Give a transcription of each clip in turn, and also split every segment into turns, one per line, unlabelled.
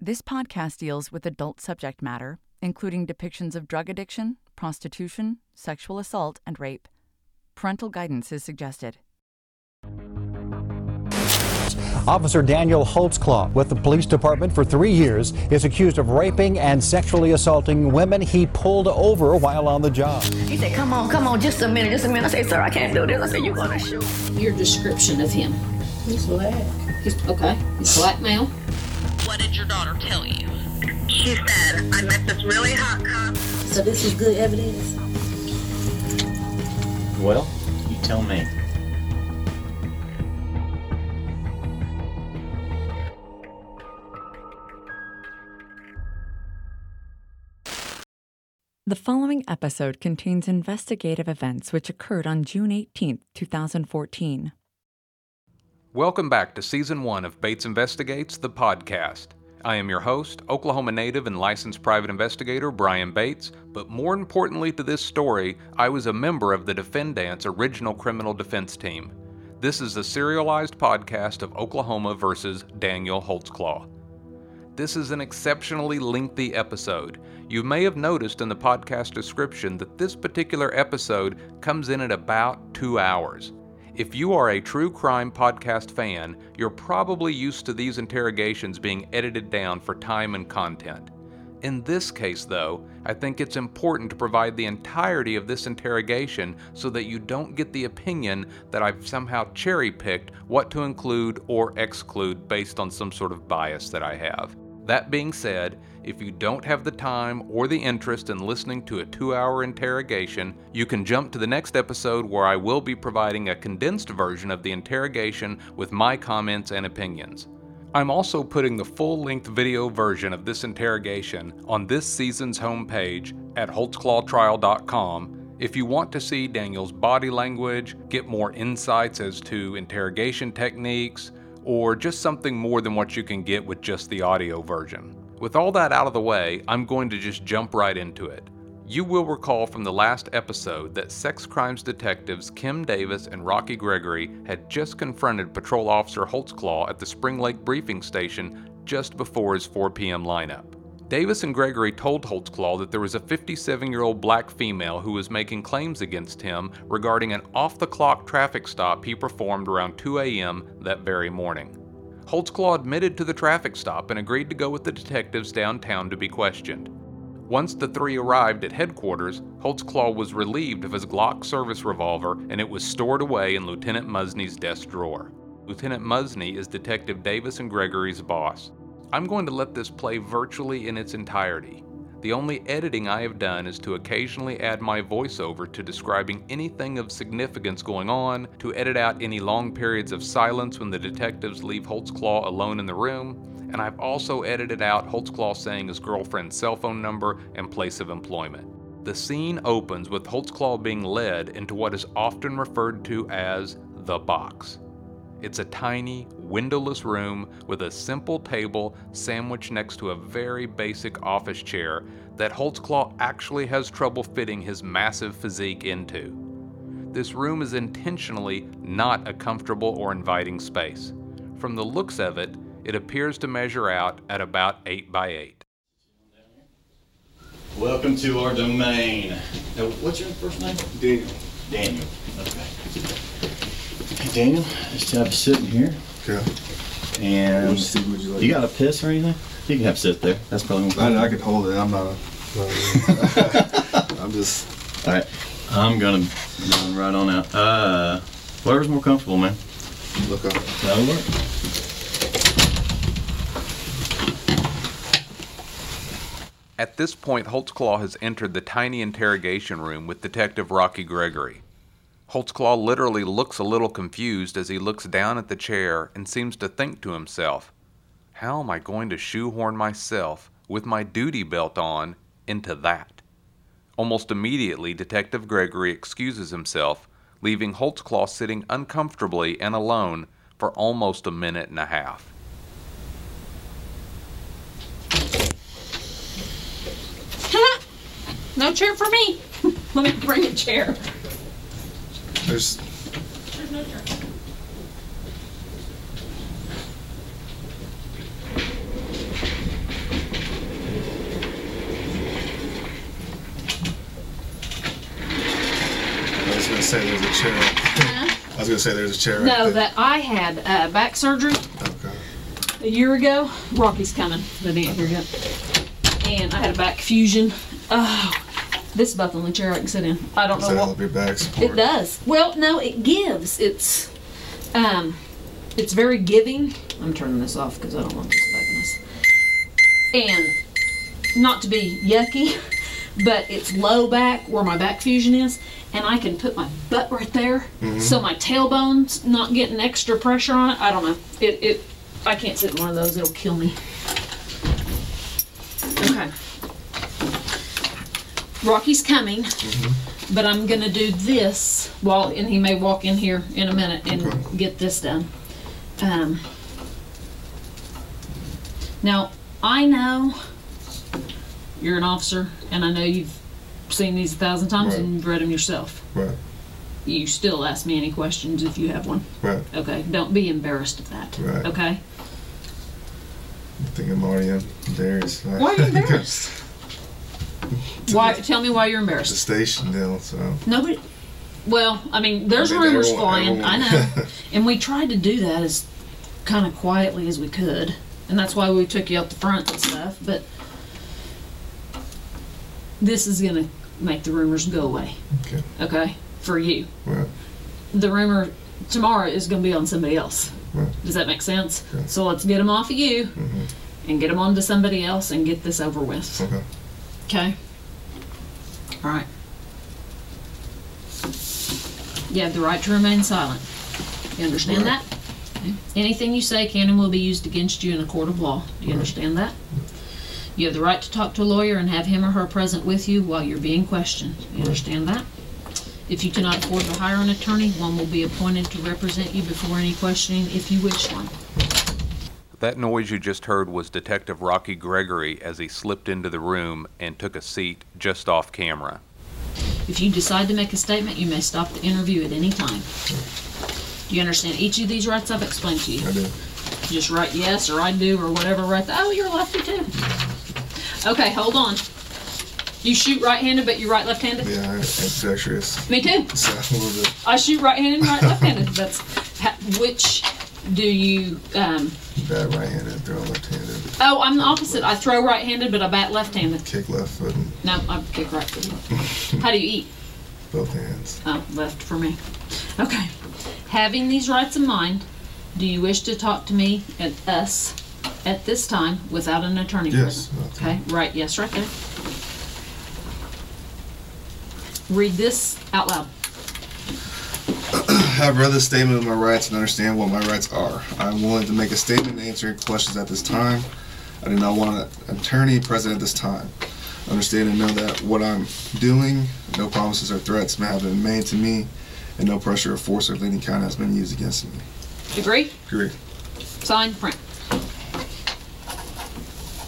This podcast deals with adult subject matter, including depictions of drug addiction, prostitution, sexual assault, and rape. Parental guidance is suggested.
Officer Daniel Holtzclaw with the police department for three years is accused of raping and sexually assaulting women he pulled over while on the job.
He said, Come on, come on, just a minute, just a minute. I said, Sir, I can't do this. I said, You're gonna shoot.
Your description of him.
He's black.
He's, okay. He's black male.
What did your daughter tell you?
She said, I met this really hot cop.
So this is good evidence.
Well, you tell me.
The following episode contains investigative events which occurred on June 18, 2014.
Welcome back to Season 1 of Bates Investigates, the podcast. I am your host, Oklahoma native and licensed private investigator Brian Bates, but more importantly to this story, I was a member of the defendant's original criminal defense team. This is a serialized podcast of Oklahoma versus Daniel Holtzclaw. This is an exceptionally lengthy episode. You may have noticed in the podcast description that this particular episode comes in at about two hours. If you are a true crime podcast fan, you're probably used to these interrogations being edited down for time and content. In this case, though, I think it's important to provide the entirety of this interrogation so that you don't get the opinion that I've somehow cherry picked what to include or exclude based on some sort of bias that I have. That being said, if you don't have the time or the interest in listening to a two hour interrogation, you can jump to the next episode where I will be providing a condensed version of the interrogation with my comments and opinions. I'm also putting the full length video version of this interrogation on this season's homepage at HoltzClawTrial.com if you want to see Daniel's body language, get more insights as to interrogation techniques, or just something more than what you can get with just the audio version. With all that out of the way, I'm going to just jump right into it. You will recall from the last episode that sex crimes detectives Kim Davis and Rocky Gregory had just confronted Patrol Officer Holtzclaw at the Spring Lake briefing station just before his 4 p.m. lineup. Davis and Gregory told Holtzclaw that there was a 57 year old black female who was making claims against him regarding an off the clock traffic stop he performed around 2 a.m. that very morning. Holtzclaw admitted to the traffic stop and agreed to go with the detectives downtown to be questioned. Once the three arrived at headquarters, Holtzclaw was relieved of his Glock service revolver and it was stored away in Lieutenant Musney's desk drawer. Lieutenant Musney is Detective Davis and Gregory's boss. I'm going to let this play virtually in its entirety. The only editing I have done is to occasionally add my voiceover to describing anything of significance going on, to edit out any long periods of silence when the detectives leave Holtzclaw alone in the room, and I've also edited out Holtzclaw saying his girlfriend's cell phone number and place of employment. The scene opens with Holtzclaw being led into what is often referred to as the box. It's a tiny, windowless room with a simple table sandwiched next to a very basic office chair that Holtzclaw actually has trouble fitting his massive physique into. This room is intentionally not a comfortable or inviting space. From the looks of it, it appears to measure out at about 8 by 8.
Welcome to our domain. Now, what's your first name?
Daniel.
Daniel. Okay. Hey, Daniel, this job is sitting here.
Okay.
And
Would you- would you like-
you got a piss or anything? You can have a sit there. That's probably more.
I, I could hold it. I'm not. A, I'm just.
All right. I'm gonna run right on out. Uh, whatever's more comfortable, man.
Look up.
That'll work.
At this point, Holtzclaw has entered the tiny interrogation room with Detective Rocky Gregory. Holtzclaw literally looks a little confused as he looks down at the chair and seems to think to himself, How am I going to shoehorn myself, with my duty belt on, into that? Almost immediately, Detective Gregory excuses himself, leaving Holtzclaw sitting uncomfortably and alone for almost a minute and a half.
no chair for me. Let me bring a chair.
There's.
There's no chair.
gonna say there's a chair. I was gonna say there's a chair. right
No,
there.
that I had uh, back surgery
Okay.
a year ago. Rocky's coming, but he ain't here yet. And I had a back fusion. Oh, this is about the only chair I can sit in. I don't
Does
know
that
what
help your back support?
Oh, It does. Well, no, it gives. It's um it's very giving. I'm turning this off because I don't want this bugging us. And not to be yucky, but it's low back where my back fusion is, and I can put my butt right there, so my tailbone's not getting extra pressure on it. I don't know. It it I can't sit in one of those. It'll kill me. Okay. Rocky's coming but I'm gonna do this while, and he may walk in here in a minute and get this done. Um, now, I know you're an officer, and I know you've seen these a thousand times and
Right.
you've read them yourself.
Right.
You still ask me any questions if you have one.
Right.
Okay, don't be embarrassed of that.
Right.
Okay.
I think I'm already embarrassed.
Why are you embarrassed? why? Tell me why you're
the
embarrassed.
station now, so.
Nobody. Well, I mean, there's
I mean,
rumors
everyone-
flying. I know.
everyone-
And we tried to do that as kind of quietly as we could. And that's why we took you up the front and stuff. But this is going to make the rumors go away.
Okay.
Okay? For you.
Right.
The rumor tomorrow is going to be on somebody else.
Right.
Does that make sense? So let's get them off of you and get them onto somebody else and get this over with.
Mm-hmm. Okay.
Okay? All right. You have the right to remain silent. You understand
Right.
that? Anything you say can and will be used against you in a court of law. Do you understand that? You have the right to talk to a lawyer and have him or her present with you while you're being questioned. You understand that? If you cannot afford to hire an attorney, one will be appointed to represent you before any questioning if you wish one.
That noise you just heard was Detective Rocky Gregory as he slipped into the room and took a seat just off camera.
If you decide to make a statement, you may stop the interview at any time. Do you understand each of these rights I've explained to you?
I did.
just write yes or I do or whatever. Right? th- oh, you're lefty too. Okay, hold on. You shoot right-handed, but you right left-handed.
Yeah, I- I'm dexterous.
Me too.
So a little bit.
I shoot right-handed, and right left-handed. That's ha- which do you? Um,
Bad right handed, throw left handed,
oh, I'm the opposite. I throw right-handed, but I bat left-handed.
kick left foot, and
No, I kick right. How do you eat?
both hands.
Oh, left for me. Okay. Having these rights in mind, do you wish to talk to me and us at this time without an attorney
Yes,
present?
okay.
Okay, right, yes, right there. Read this out loud.
have read the statement of my rights and understand what my rights are. I am willing to make a statement and answer questions at this time. I do not want an attorney present at this time. Understand and know that what I'm doing, no promises or threats may have been made to me, and no pressure or force of any kind has been used against me.
Agree?
Agree.
Sign, print.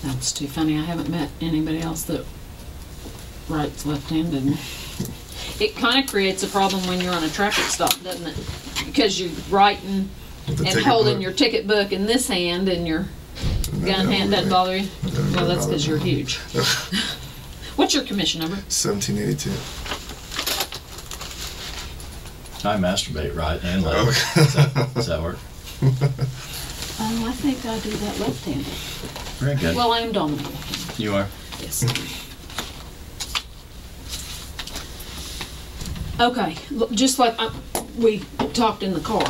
That's too funny. I haven't met anybody else that writes left-handed. It kind of creates a problem when you're on a traffic stop, doesn't it? Because you're writing
With the
and
ticket
holding
book,
your ticket book in this hand and your
and
gun
that
hand doesn't
really-
bother you?
doesn't
Well,
really
that's because
bother
you're
me.
huge. What's your commission number?
1782.
I masturbate right and left.
Okay.
Does, that, does that work?
Oh, I think I do that left-handed.
Very good.
Well, I am dominant left-handed,
you are.
yes. Okay, look, just like I, we talked in the car.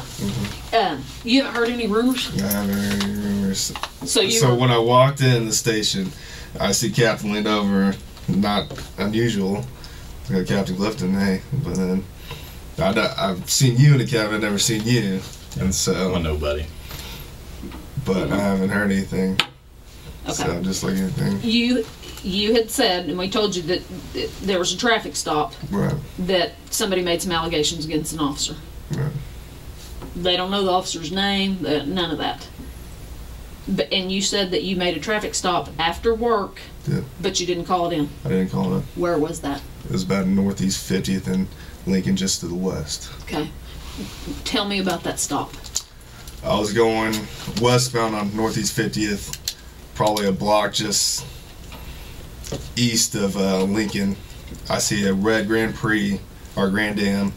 Um, you haven't heard any rumors?
I have every rumors.
So you
So
were-
when I walked in the station, I see Captain leaned over. Not unusual. I got Captain Clifton, hey. But then I, don't- I've seen you in the cabin, I've never seen you. And so,
Well, nobody.
but I haven't heard anything. So
Okay.
just like anything,
You, you had said, and we told you that that there was a traffic stop,
right?
that somebody made some allegations against an officer.
Right.
They don't know the officer's name, uh, none of that. But, and you said that you made a traffic stop after work,
Yeah.
but you didn't call it in.
I didn't call it. up.
Where was that?
It was about northeast 50th and Lincoln, just to the west.
Okay. Tell me about that stop.
I was going westbound on Northeast 50th, probably a block just east of uh, Lincoln. I see a red Grand Prix or Grand Am,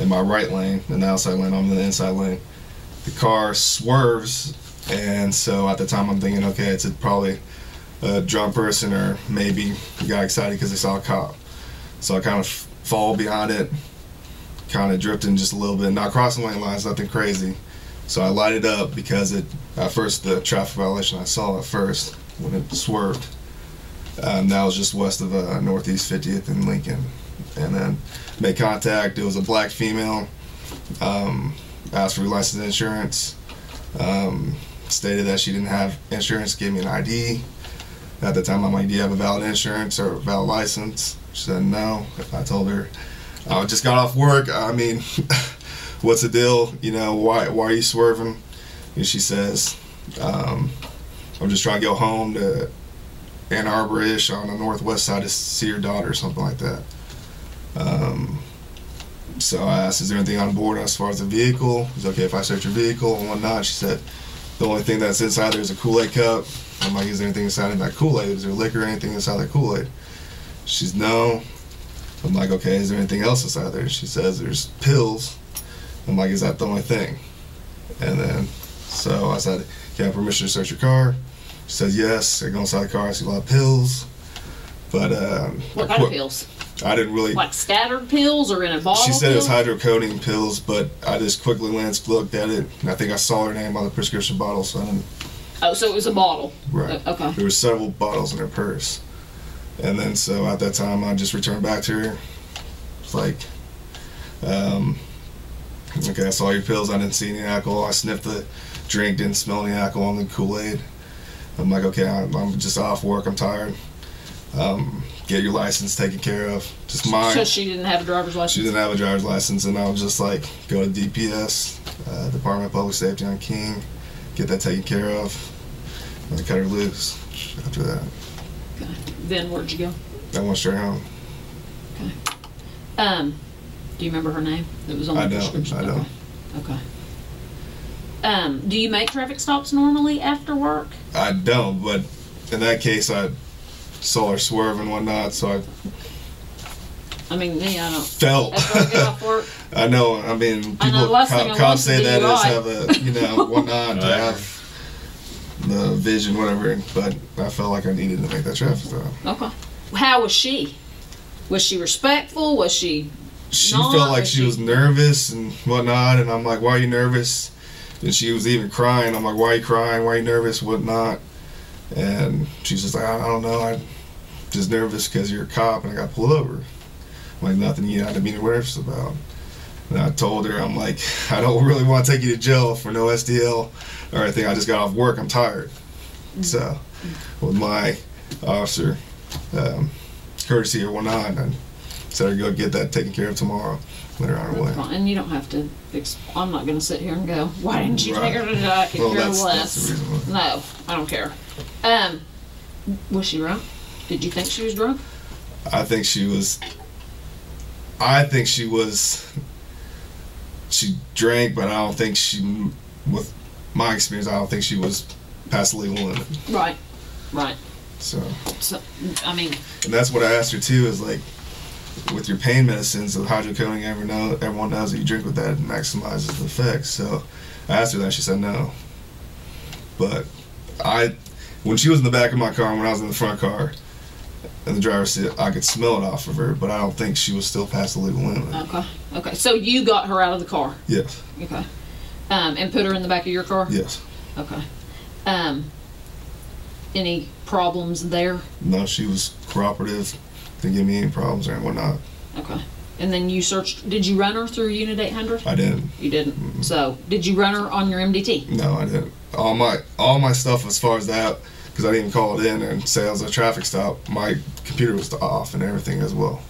in my right lane, in the outside lane, I'm in the inside lane. The car swerves, and so at the time I'm thinking, okay, it's a, probably a drunk person or maybe got excited because they saw a cop. So I kind of fall behind it, kind of drifting just a little bit, not crossing lane lines, nothing crazy. So I lighted up because it at first the traffic violation I saw at first when it swerved. Um, that was just west of uh, Northeast 50th and Lincoln, and then made contact. It was a black female. Um, asked for license and insurance. Um, stated that she didn't have insurance. Gave me an ID. At the time, I'm like, "Do you have a valid insurance or a valid license?" She said no. I told her I just got off work. I mean, what's the deal? You know, why why are you swerving? And she says, um, I'm just trying to go home to Ann Arbor ish on the northwest side to see your daughter or something like that. Um, so I asked, is there anything on board as far as the vehicle? Is it okay if I search your vehicle and whatnot? She said, the only thing that's inside there is a Kool-Aid cup. I'm like, is there anything inside of that Kool-Aid? Is there liquor or anything inside that Kool-Aid? She's no. I'm like, okay, is there anything else inside there? She says, there's pills. I'm like, is that the only thing? And then, so I said, can I have permission to search your car? She says, yes. I go inside the car, I see a lot of pills. But, um,
What
I
kind of
quit-
pills?
I didn't really.
Like scattered pills or in a bottle?
She said it was
pills?
hydrocodone pills, but I just quickly glanced, looked at it, and I think I saw her name on the prescription bottle, so I didn't.
Oh, so it was a bottle.
Right.
Uh, okay.
There were several bottles in her purse. And then, so at that time, I just returned back to her. It's like, um, okay, I saw your pills. I didn't see any alcohol. I sniffed the drink, didn't smell any alcohol in the Kool Aid. I'm like, okay, I'm, I'm just off work. I'm tired. Um, get your license taken care of. Just mine.
So she didn't have a driver's license?
She didn't have a driver's license, and I was just like, go to DPS, uh, Department of Public Safety on King, get that taken care of, and I cut her loose. After that,
Then where'd you go?
I went straight home.
Um, do you remember her name? It was on the
I don't,
prescription.
I don't.
Oh Okay. Um, do you make traffic stops normally after work?
I don't, but in that case, I saw her swerve and whatnot, so I
I mean, me, I don't.
felt.
After I get off work,
I know, I mean, people,
I know, last
cop-
thing I want
cops
is
say
a
that is
DUI.
have a, you know, whatnot, to
Right.
have the vision, whatever, but I felt like I needed to make that traffic stop.
okay. How was she? Was she respectful? Was she?
she
not?
felt like she was nervous and whatnot, and I'm like, why are you nervous? And she was even crying. I'm like, why are you crying? Why are you nervous? Whatnot. And she's just like, I, I don't know. I'm just nervous because you're a cop and I got pulled over. I'm like, nothing you had to be nervous about. And I told her, I'm like, I don't really want to take you to jail for no SDL or anything. I just got off work. I'm tired.
Mm.
So, with my officer, um, courtesy or whatnot, I said, her, go get that taken care of tomorrow. Let her on her way.
That's fine. And you don't have to. Ex- I'm not going to sit here and go. Why didn't you
Right.
take her to die? I could
Well,
care
that's- that's
less.
the reason
no, I don't care. Um, was she drunk? Did you think she was drunk?
I think she was. I think she was. She drank, but I don't think she. With my experience, I don't think she was past the legal limit.
Right. Right.
So,
So, I mean,
and that's what I asked her too. Is like, with your pain medicines, the hydrocodone, everyone knows, everyone knows that you drink with that it maximizes the effects. So, I asked her that. She said no. But I, when she was in the back of my car, and when I was in the front car, in the driver's seat, I could smell it off of her. But I don't think she was still past the legal limit.
okay. Okay. So you got her out of the car.
Yes,
Okay. Um, and put her in the back of your car?
yes.
Okay. Um, any problems there?
No, she was cooperative. Didn't give me any problems or whatnot.
Okay. And then you searched, did you run her through Unit 800?
I didn't.
You didn't. So, did you run her on your MDT?
No, I didn't. All my all my stuff as far as that, because I didn't even call it in and say I was at a traffic stop. My computer was off and everything as well.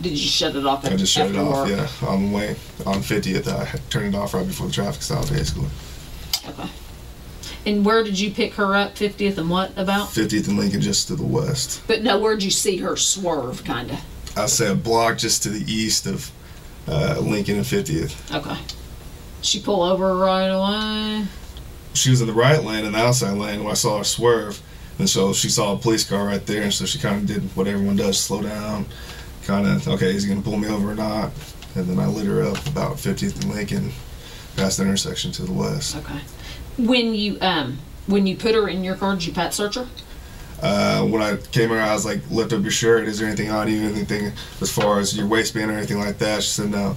Did you shut it off?
I just shut it
after work?
off. Yeah, on the way on 50th, I had turned it off right before the traffic stop, basically.
Okay. And where did you pick her up? 50th and what about?
50th and Lincoln just to the west.
But no, where'd you see her swerve, kind of?
I say a block just to the east of uh, Lincoln and 50th.
Okay. She pull over right away.
she was in the right lane and the outside lane when I saw her swerve. And so she saw a police car right there, and so she kind of did what everyone does slow down, kind of, okay, is he going to pull me over or not? and then I lit her up about 50th and Lincoln, past the intersection to the west.
Okay. When you um when you put her in your car, did you pat search her?
Uh, when I came around, I was like, lift up your shirt. Is there anything on you? Anything as far as your waistband or anything like that? She said no.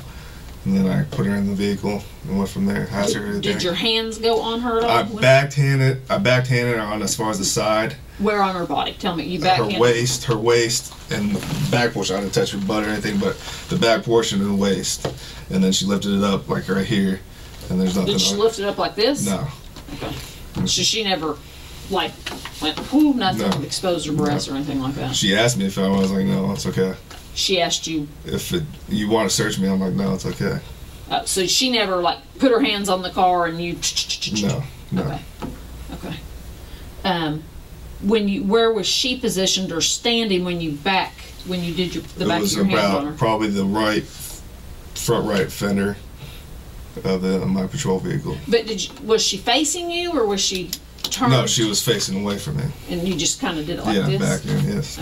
And then I put her in the vehicle and went from there. Asked her
Did, did
anything.
your hands go on her at all?
I
When-
backhanded, I backhanded her on as far as the side,
Where on her body? Tell me. You back
her waist, her waist, and the back portion. I didn't touch her butt or anything, but the back portion and the waist. And then she lifted it up like right here, and there's nothing.
Did she
on
lift it up like this?
No.
So she never like went whoo nothing
No.
exposed her breasts or anything like that.
She asked me if I was like, no, it's okay.
She asked you.
If it, you want to search me, I'm like, no, it's okay.
Uh, so she never like put her hands on the car and you.
No, no.
Okay. Um, when you where was she positioned or standing when you back when you did your the
it
back of
was
your hand on
about
her?
probably the right front right fender of the of my patrol vehicle.
But did you, was she facing you or was she turned?
No, she was facing away from me.
And you just kind of did it like
yeah,
this.
back in, yes.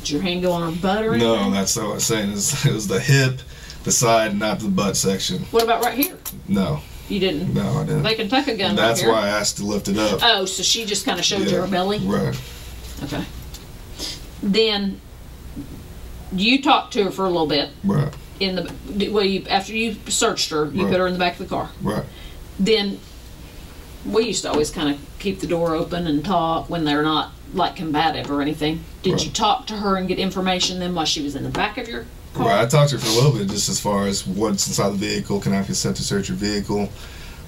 Did your hand go on her butt or anything?
No, that's not what I'm saying. It was, it was the hip, the side, not the butt section.
What about right here?
No,
You didn't.
no, I didn't.
They can tuck a gun right
That's
here.
why I asked to lift it up.
Oh, so she just kind of showed you her belly.
Right.
Okay. Then you talked to her for a little bit
Right.
in the well. You after you searched her, you
Right.
put her in the back of the car.
Right.
Then we used to always kind of keep the door open and talk when they're not like combative or anything. Did you talk to her and get information then while she was in the back of your?
Right, I talked to her for a little bit, just as far as what's inside the vehicle. Can I have consent to search your vehicle?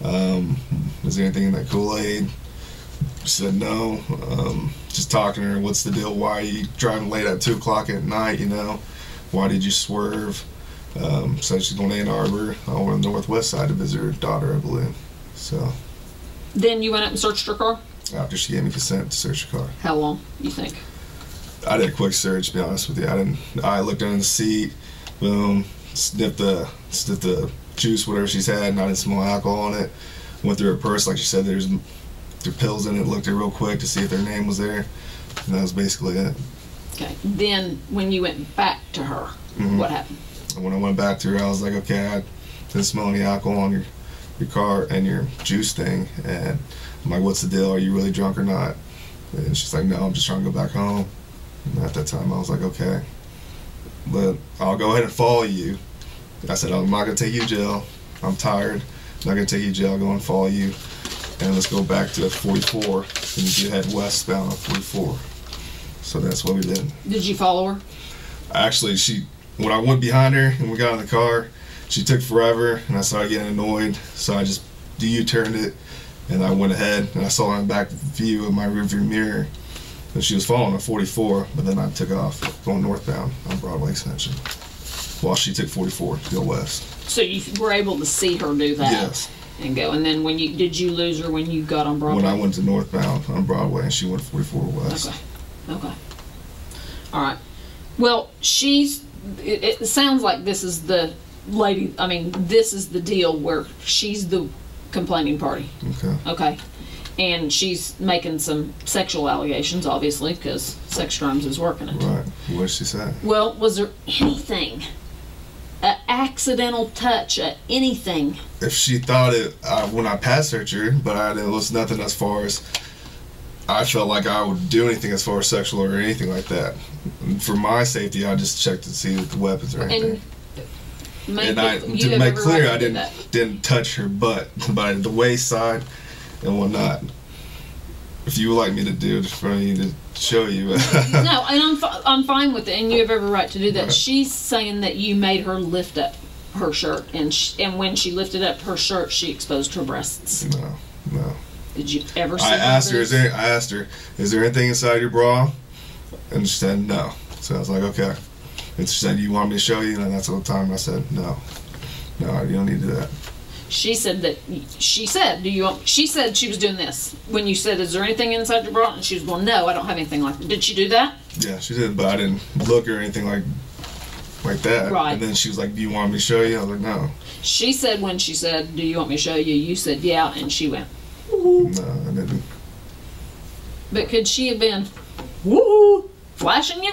Um, is there anything in that Kool Aid? She said no. Um, just talking to her. What's the deal? Why are you driving late at two o'clock at night? You know, why did you swerve? Um, so she's going to Ann Arbor over on the northwest side to visit her daughter, I believe. So
Then you went up and searched her car.
after she gave me consent to search her car,
How long you think?
I did a quick search. To be honest with you, I didn't. I looked under the seat, boom, sniffed the sniffed the juice, whatever she's had, and I didn't smell alcohol in it. Went through her purse, like she said, there's there pills in it. Looked it real quick to see if their name was there, and that was basically it.
Okay. Then when you went back to her,
Mhm.
what happened?
And when I went back to her, I was like, okay, I didn't smell any alcohol on your your car and your juice thing, and I'm like, what's the deal? Are you really drunk or not? And she's like, no, I'm just trying to go back home. And at that time, I was like, okay, but I'll go ahead and follow you. I said, I'm not gonna take you to jail. I'm tired. I'm not gonna take you to jail. I'll go and follow you. And let's go back to 44 and you head westbound on 44. So that's what we did.
Did you follow her?
Actually, she when I went behind her and we got in the car, she took forever and I started getting annoyed. So I just U-turned it and I went ahead and I saw her in back view of my rearview mirror. And she was following a 44, but then I took off going northbound on Broadway Extension while she took 44 to go west.
So you were able to see her do that
Yes.
and go. And then when you did you lose her when you got on Broadway?
When I went to northbound on Broadway and she went 44 west.
Okay. Okay. All right. Well, she's. It, it sounds like this is the lady. I mean, this is the deal where she's the complaining party.
Okay.
Okay. And she's making some sexual allegations, obviously, because sex crimes is working it.
Right. What did she say?
Well, was there anything, a accidental touch, a anything?
if she thought it I, when I passed searched her, but I, it was nothing as far as I felt like I would do anything as far as sexual or anything like that. For my safety, I just checked to see if the weapons or anything.
And make
And, I,
it- you
to
have
make
every
clear,
right to do
I didn't
that.
didn't touch her butt, but the waist side and whatnot. If you would like me to do it for me to show you,
no, and I'm, fi- I'm fine with it, and you have every right to do that. She's saying that you made her lift up her shirt, and sh- and when she lifted up her shirt, she exposed her breasts.
no, no.
Did you ever see
I asked her, is
boobs?
there, I asked her, is there anything inside your bra? And she said, no. So I was like, okay. And she said, you want me to show you? And that's the time I said, no. No, you don't need to do that.
She said that she said, "Do you want?" She said she was doing this when you said, "Is there anything inside your bra?" And she was going, "No, I don't have anything like that." Did she do that?
Yeah, she did, but I didn't look or anything like like that.
Right.
And then she was like, do you want me to show you? I was like, no.
She said when she said, "Do you want me to show you?" You said, "Yeah," and she went.
No, I didn't.
But could she have been, woo, flashing you?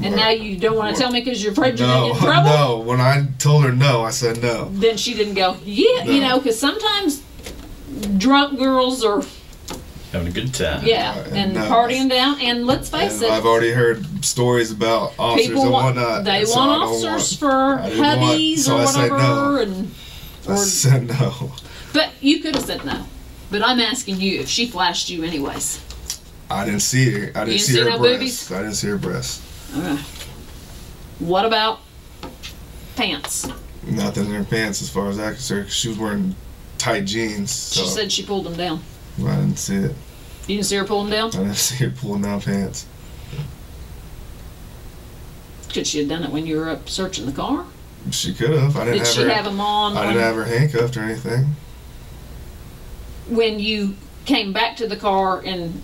And now you don't want to tell me because you're afraid you're
No,
gonna get in trouble.
no. When I told her no, I said no.
Then she didn't go. Yeah, you
No.
know, because sometimes drunk girls are
Having a good time.
yeah, and
Uh, no.
partying down. And let's face
And
it,
I've already heard stories about officers
people
and
want
whatnot.
they
uh, so
want
I don't
officers
want- I
for
didn't want-
hubbies
so
or
I said
whatever.
no.
And
I
or-
said no.
but you could have said no. But I'm asking you if she flashed you anyways.
I didn't see her. I didn't,
didn't
see,
see
her
no
breasts.
boobies?
I didn't see her breasts.
All right. What about pants?
Nothing in her pants, as far as I concerned. 'cause She was wearing tight jeans. So
She said she pulled them down.
I didn't see it.
You didn't see her pull them down?
I didn't see her pulling down pants.
Could she have done it when you were up searching the car?
She could have. I didn't
Did
have
she
her.
have them on
I
when-
didn't have her handcuffed or anything.
when you came back to the car and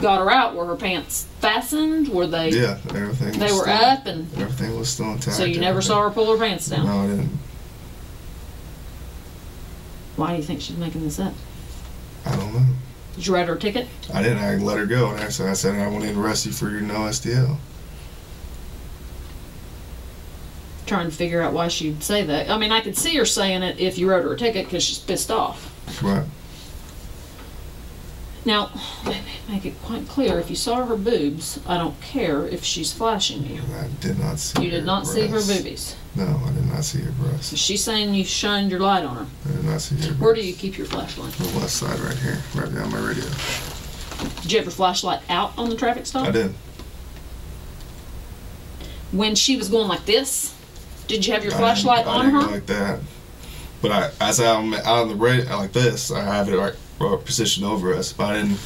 got her out, were her pants fastened? Were they?
Yeah, everything.
They
was
were
still,
up, and
Everything was still intact.
so you never saw her pull her pants down.
No, I didn't.
Why do you think she's making this up?
I don't know.
Did you write her a ticket?
I didn't. I let her go, and so I said I want to arrest you for your no SDL.
Trying to figure out why she'd say that. I mean, I could see her saying it if you wrote her a ticket because she's pissed off.
Right.
Now, let me make it quite clear. If you saw her boobs, I don't care if she's flashing you.
I did not see.
You
her
did not see her
breasts.
boobies.
No, I did not see her breasts.
She's saying you shined your light on her.
I did not see her.
Where do you keep your flashlight?
The left side, right here, right down my radio.
Did you have your flashlight out on the traffic stop?
I did.
when she was going like this? Did you have your
I
flashlight
didn't- I
on
didn't
her?
go like that. But I, as I'm out on the radio like this, I have it like uh, positioned over us. But I didn't.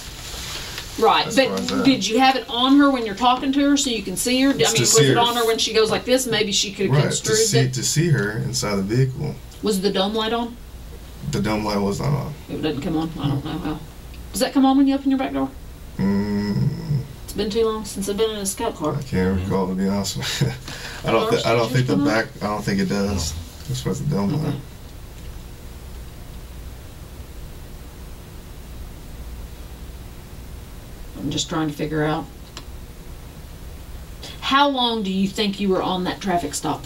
right,
as far as
but
that.
did you have it on her when you're talking to her so you can see her? I mean,
It's to
was
see
it
her.
on her when she goes like this? Maybe she could have
Right to
construed
see
that.
to see her inside the vehicle.
Was the dome light on?
The dome light was not on.
It doesn't come on. I don't know how. Does that come on when you open your back door?
Mm,
It's been too long since I've been in a scout car.
I can't recall to be honest. with you. I don't. Th- I don't think the back. I don't think it does. As far as the dome light.
I'm just trying to figure out. How long do you think you were on that traffic stop?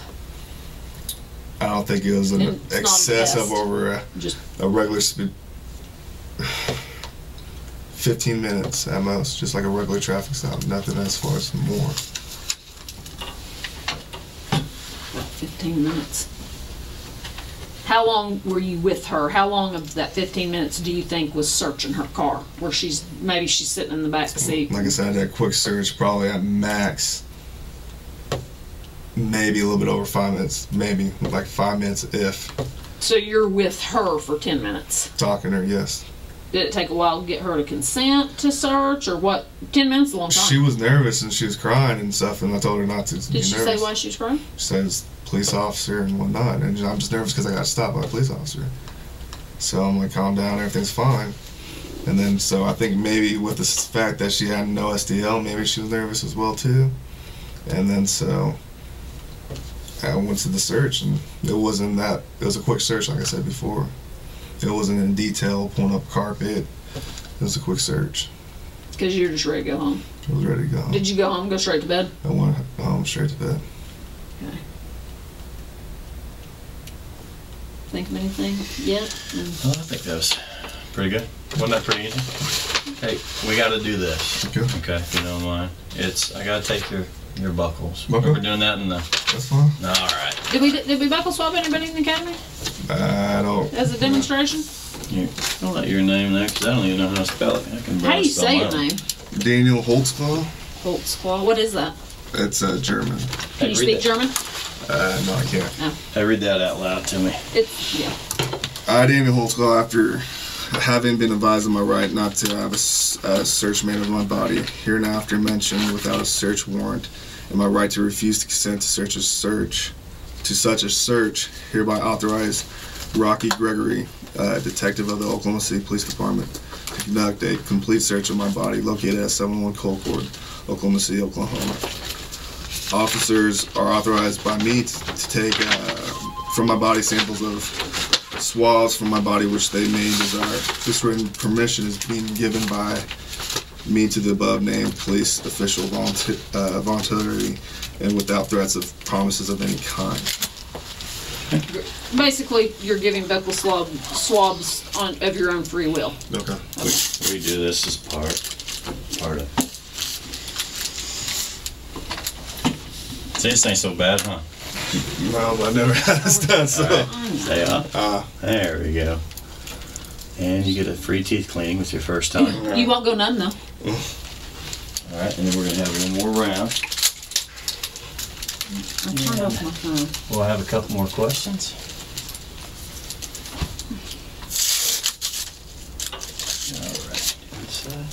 I don't think it was
And
an
it's not
excess of
guessed.
over a,
Just
a regular speed. 15 minutes at most, just like a regular traffic stop. Nothing as far as more.
15 minutes. How long were you with her? How long of that 15 minutes do you think was searching her car? Where she's maybe she's sitting in the back seat.
Like I said, I did a quick search, probably at max, maybe a little bit over five minutes, maybe like five minutes if
So you're with her for 10 minutes.
talking to her. Yes,
Did it take a while to get her to consent to search or what? 10 minutes is a long time.
she was nervous and she was crying and stuff, and I told her not to. be
Did she
nervous.
say why she was crying?
She says police officer and whatnot, and I'm just nervous because I got stopped by a police officer. So I'm like, calm down, everything's fine. And then, so I think maybe with the s- fact that she had no SDL, maybe she was nervous as well too. And then so I went to the search, and it wasn't that. It was a quick search, like I said before. It wasn't in detail, pulling up carpet. It was a quick search.
Because you're just ready to go home.
I was ready to go.
Did you go home, go straight to bed?
I went home straight to bed.
Think of anything yet? Mm.
Well, Oh, I think that was pretty good. Wasn't that pretty easy? Hey, we got to do this.
Okay.
Okay, if you don't mind. It's I got to take your your buckles.
Okay.
We're doing that in the.
That's fine.
All right.
Did we did we buckle swap anybody in the academy
I don't.
as a demonstration?
Here, I'll let your name there 'cause I don't even know how to spell it. I can
How do
barely
you
spell
say
my
your
own.
name?
Daniel Holtzclaw.
Holtzclaw. What is that?
It's uh, German.
Can you
Hey, read
speak
that.
German?
Uh, no, I can't.
Hey, read that out loud to me.
It's yeah.
I, Daniel Holtzclaw, after having been advised of my right not to have a, s- a search made of my body, hereinafter mentioned without a search warrant, and my right to refuse to consent to search a search, to such a search, hereby authorize Rocky Gregory, uh, detective of the Oklahoma City Police Department, to conduct a complete search of my body located at 71 Cold Court, Oklahoma City, Oklahoma. Officers are authorized by me t- to take uh, from my body samples of swabs from my body which they may desire. This written permission is being given by me to the above named police official volunteer, uh, voluntarily and without threats of promises of any kind.
Basically, you're giving buckle swab, swabs on of your own free will.
Okay.
We, we do this as part, part of. See, this ain't so bad, huh?
Well, I never had this done, so.
Say ah. there we go. And you get a free teeth cleaning with your first time.
You won't go numb though.
All right, and then we're gonna have one more round.
I turned off my phone.
We'll have a couple more questions. All right, inside.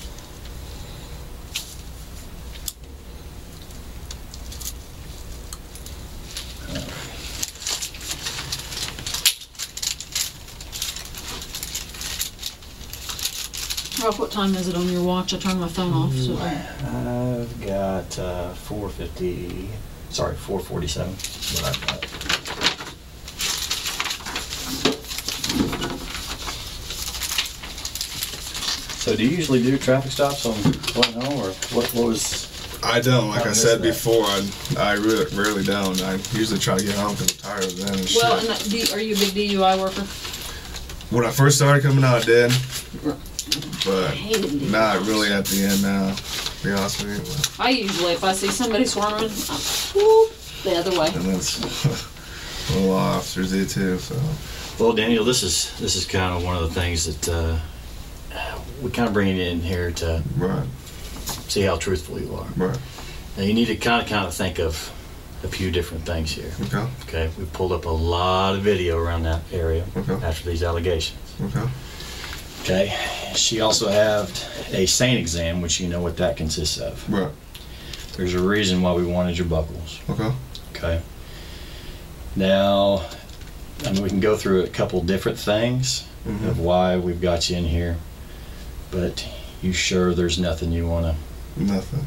All right.
Ralph, what time is it on your watch? I turned my phone off. So
I've got uh, 450, sorry, 447. What I've got. So do you usually do traffic stops on what no or what, what was?
I don't. Like
I
I said
missed
before, I, I re- rarely don't. I usually try to get home because I'm tired of them and shit.
well, and that, D, are you a big DUI worker?
when I first started coming out, I did. But
hated it.
not really at the end now, to be honest with you.
I usually, if I see somebody swarming, I whoop the other way.
And that's what a lot of officers do too, so.
Well, Daniel, this is this is kind of one of the things that uh, we kind of bring it in here to
Right,
see how truthful you are.
right.
Now you need to kind of kind of think of a few different things here.
Okay,
Okay, we pulled up a lot of video around that area
Okay.
after these allegations.
okay.
Okay, she also had a sane exam, which you know what that consists of.
Right,
There's a reason why we wanted your buckles.
okay.
Okay. Now, I mean, we can go through a couple different things of why we've got you in here, but you sure there's nothing you want to.
Nothing.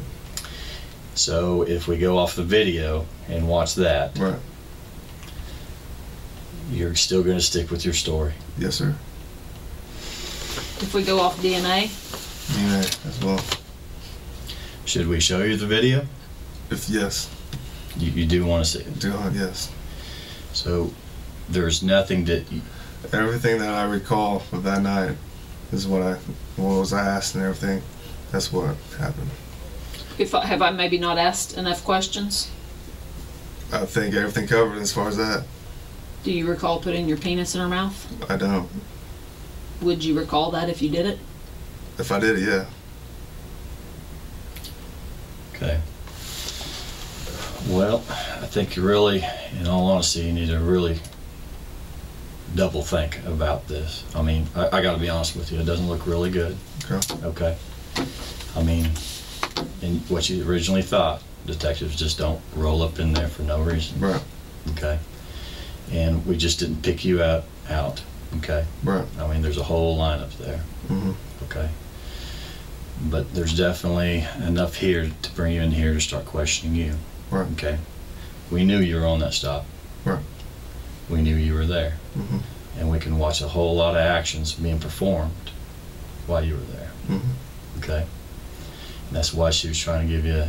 So if we go off the video and watch that,
Right.
you're still going to stick with your story.
Yes, sir.
If we go off DNA,
DNA as well.
Should we show you the video?
If yes,
You, you do want to see it.
do I? Yes.
So there's nothing that you,
Everything that I recall of that night is what I, what was I asked and everything. That's what happened.
if I, have I maybe not asked enough questions?
I think everything covered as far as that.
Do you recall putting your penis in her mouth?
I don't.
Would you recall that if you did it?
If I did it, yeah.
okay. Well, I think you really, in all honesty, you need to really double think about this. I mean, I, I got to be honest with you, it doesn't look really good.
Okay.
Okay. I mean, and what you originally thought, detectives just don't roll up in there for no reason.
Right.
Okay. And we just didn't pick you out. Out. Okay.
Right.
I mean, there's a whole lineup there.
Mhm.
Okay. But there's definitely enough here to bring you in here to start questioning you.
Right.
Okay. We knew you were on that stop.
Right.
We knew you were there.
Mhm.
And we can watch a whole lot of actions being performed while you were there.
Mhm.
Okay. And that's why she was trying to give you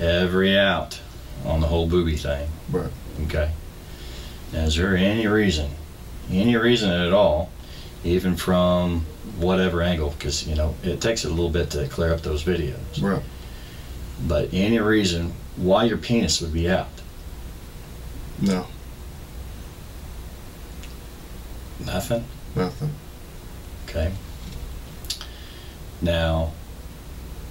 every out on the whole booby thing.
Right.
Okay. Now, is there any reason, any reason at all, even from whatever angle, because, you know, it takes a little bit to clear up those videos,
Right.
but any reason why your penis would be out?
No.
Nothing?
Nothing.
Okay. Now,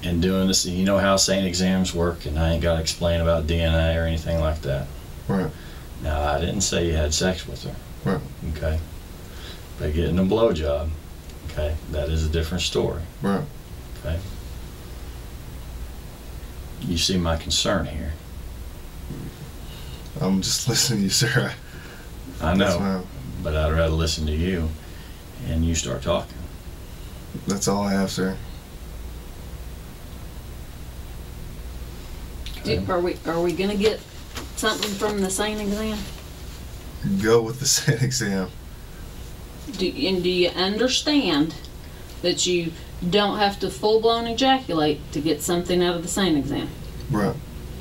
in doing this, you know how sane exams work, and I ain't got to explain about DNA or anything like that.
Right.
Now, I didn't say you had sex with her.
Right.
Okay. But getting a blowjob, okay, that is a different story.
Right.
Okay. You see my concern here.
I'm just listening to you, sir.
I
That's
know,
my,
but I'd rather listen to you and you start talking.
that's all I have, sir.
Do, are we are we gonna get something from the same exam?
Go with the same exam.
Do, and do you understand that you You don't have to full blown ejaculate to get something out of the same exam.
Right.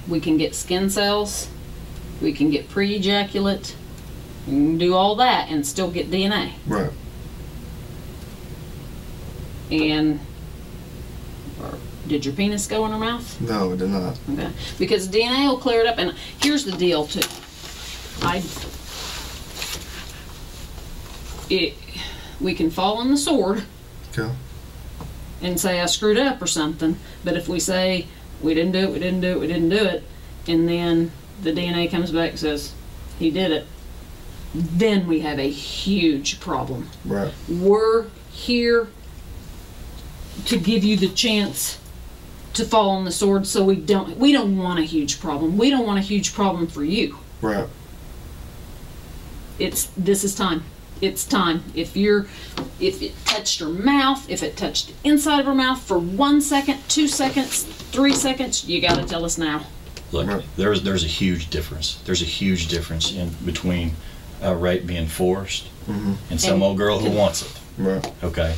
We can get skin cells, we can get pre ejaculate, we can do all that and still get DNA.
Right.
And or did your penis go in her mouth?
No, it did not.
Okay. Because DNA will clear it up. And here's the deal, too. I. It, we can fall on the sword
Okay.
and say I screwed up or something. But if we say we didn't do it, we didn't do it, we didn't do it, and then the DNA comes back and says he did it, then we have a huge problem.
Right.
We're here to give you the chance to fall on the sword so we don't we don't want a huge problem. We don't want a huge problem for you.
Right.
It's this is time. It's time. If you're if it touched her mouth, if it touched the inside of her mouth for one second, two seconds, three seconds, you gotta tell us now.
Look, there's there's a huge difference. There's a huge difference in between a rape being forced and some
And-
old girl who wants it.
Right.
Okay,